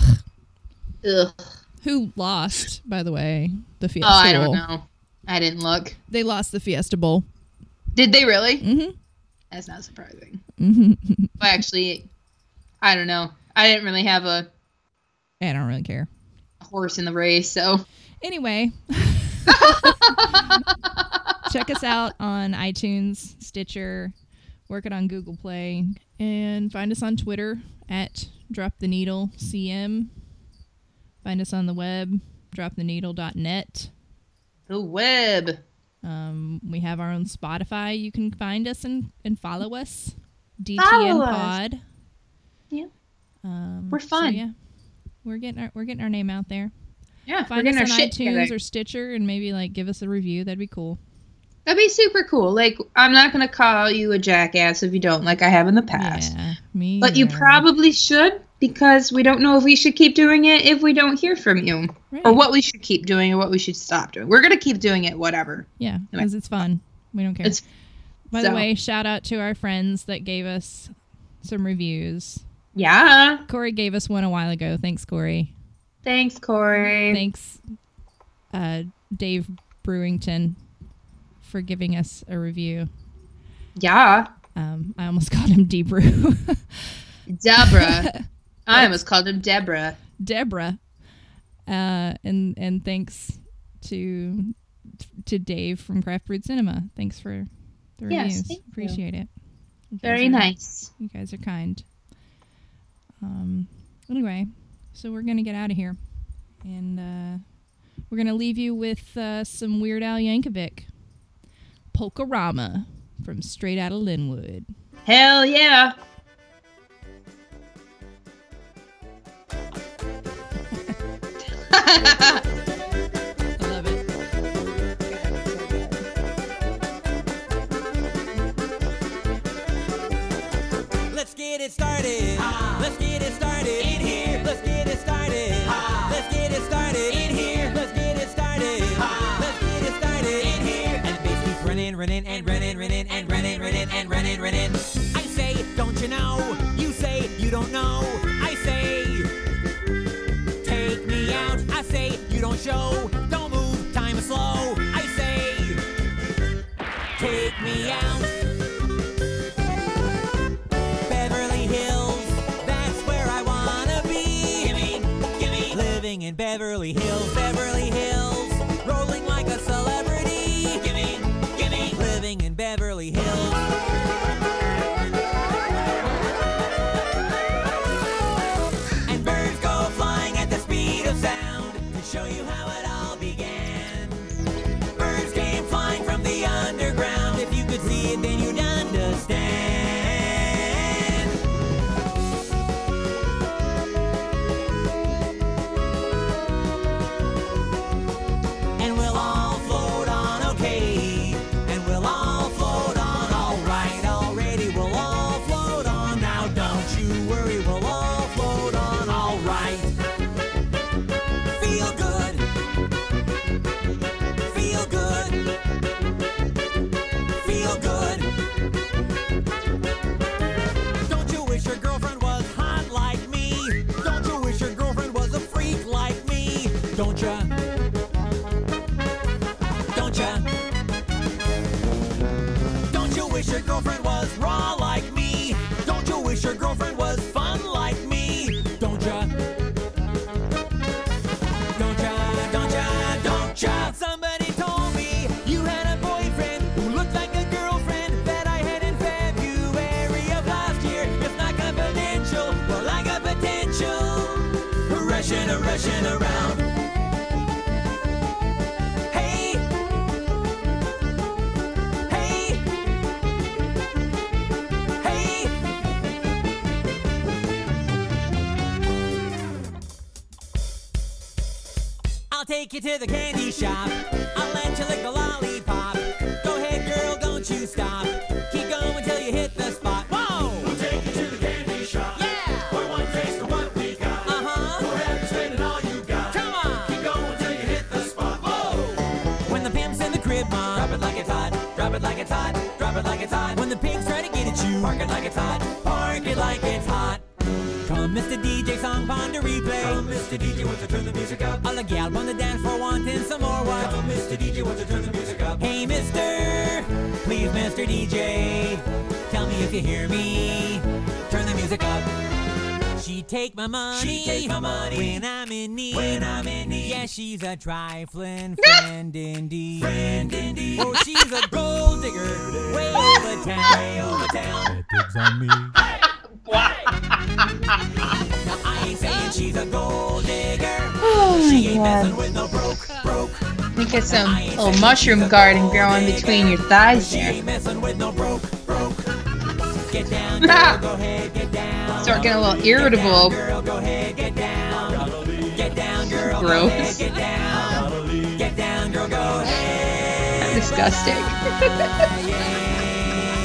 A: Ugh.
B: Who lost, by the way, the Fiesta
A: Oh, I don't
B: Bowl?
A: know. I didn't look.
B: They lost the Fiesta Bowl.
A: Did they really?
B: Mm-hmm.
A: That's not surprising.
B: Mm-hmm.
A: Well, actually, I don't know. I didn't really have a
B: I don't really care.
A: horse in the race, so.
B: Anyway, check us out on iTunes, Stitcher, work it on Google Play, and find us on Twitter at Drop the Needle CM. Find us on the web, droptheneedle.net.
A: The web.
B: Um, we have our own Spotify. You can find us and, and follow us. DTN
A: Follow us.
B: Pod.
A: Yeah.
B: Um,
A: We're
B: so
A: fun.
B: yeah, we're getting our we're getting our name out there.
A: Yeah,
B: Find
A: we're
B: us
A: getting
B: on
A: our shit
B: iTunes
A: together.
B: or Stitcher and maybe like give us a review. That'd be cool.
A: That'd be super cool. Like, I'm not gonna call you a jackass if you don't, like I have in the past.
B: Yeah, me.
A: But you
B: either.
A: probably should because we don't know if we should keep doing it if we don't hear from you,
B: Right.
A: or what we should keep doing, or what we should stop doing. We're gonna keep doing it, whatever.
B: Yeah, because it's fun. We don't care.
A: It's-
B: By the
A: so-
B: way, shout out to our friends that gave us some reviews.
A: Yeah.
B: Corey gave us one a while ago. Thanks, Corey.
A: Thanks, Corey.
B: Thanks, uh, Dave Brewington, for giving us a review.
A: yeah.
B: Um, I almost called him D Brew.
A: Deborah. I almost called him Deborah.
B: Deborah. Uh, and and thanks to to Dave from Craft Brewed Cinema. Thanks for the
A: Yes,
B: reviews.
A: thank you.
B: Appreciate it. You guys
A: Very
B: are-
A: nice.
B: You guys are kind. Um, anyway, so we're gonna get out of here, and uh, we're gonna leave you with uh, some Weird Al Yankovic, Polkarama from Straight Outta Linwood.
A: Hell yeah.
B: I love it.
C: Let's get it started. Let's get it started. In here. Let's get it started. Let's get it started. In here. Let's get it started. Let's get it started. In here. And the bass keeps running, running, and running, running, and running, running, and running, running. I say, don't you know? You say, you don't know. I say, take me out. I say, you don't show. Don't move. Time is slow. I say, take me out. Beverly Hills. That's where I wanna be. Gimme, gimme. Living in Beverly Hills, Beverly Hills. Rolling like a celebrity. Gimme, gimme. Living in Beverly Hills. And birds go flying at the speed of sound to show you how it all began. Birds came flying from the underground. If you could see it, then you'd understand. And we'll all float on okay. And we'll all float on alright already. We'll all float on now. Don't you worry, we'll all float on alright. Feel good. Feel good. Feel good. Don't you wish your girlfriend was hot like me? Don't you wish your girlfriend was a freak like me? Don't ya? Don't ya? Don't you wish your girlfriend was raw like me? Don't you wish your girlfriend was fun like me? Don't ya? Don't ya, don't ya, don't ya. Somebody told me you had a boyfriend who looked like a girlfriend that I had in February of last year. It's not confidential, but I got potential. Rushing, rushing around.
G: take you to the candy shop. I'll let you lick a lollipop. Go ahead, girl, don't you stop. Keep going until you hit the spot. Whoa!
H: We'll take you to the candy shop.
G: Yeah!
H: Put one face to what we got.
G: Uh huh.
H: Go ahead and spend it all you got.
G: Come on!
H: Keep going till you hit the spot. Whoa!
G: When the pimp's in the crib, mom. Drop it like it's hot. Drop it like it's hot. Drop it like it's hot. When the pigs try to get at you. Park it like it's hot. Park it like it's hot. Come, Mr. DJ, song pond to replay.
H: Come, Mr. DJ, wants to turn the music up.
G: All the gal on the dance floor wanting some more. What?
H: Come, Mr. DJ, wants to turn the music up.
G: Hey, mister, please, Mr. DJ, tell me if you hear me. Turn the music up. She take my money.
H: She take my money.
G: when I'm in need.
H: When I'm in need.
G: Yeah, she's a trifling friend indeed. Friend indeed. Oh, she's a gold digger. Way over town. Way over town.
I: Pigs on me.
G: Now I ain't saying she's a gold digger. Oh she ain't messing with no broke, broke.
A: You get some little mushroom garden growing between your thighs
G: She
A: there.
G: ain't messing with no broke, broke. Get down, girl, go ahead, get down.
A: Start getting a little irritable.
G: Girl, go ahead, get down. Get down, girl, go ahead,
A: Gross.
G: get down. Get down, girl, go ahead.
A: Disgusting.
G: I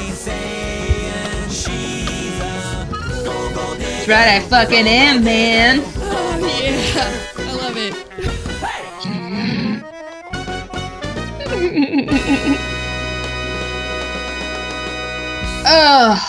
G: ain't saying she's a go, go,
A: That's right, I fucking am, man.
B: Oh, yeah. I love it.
A: Ugh.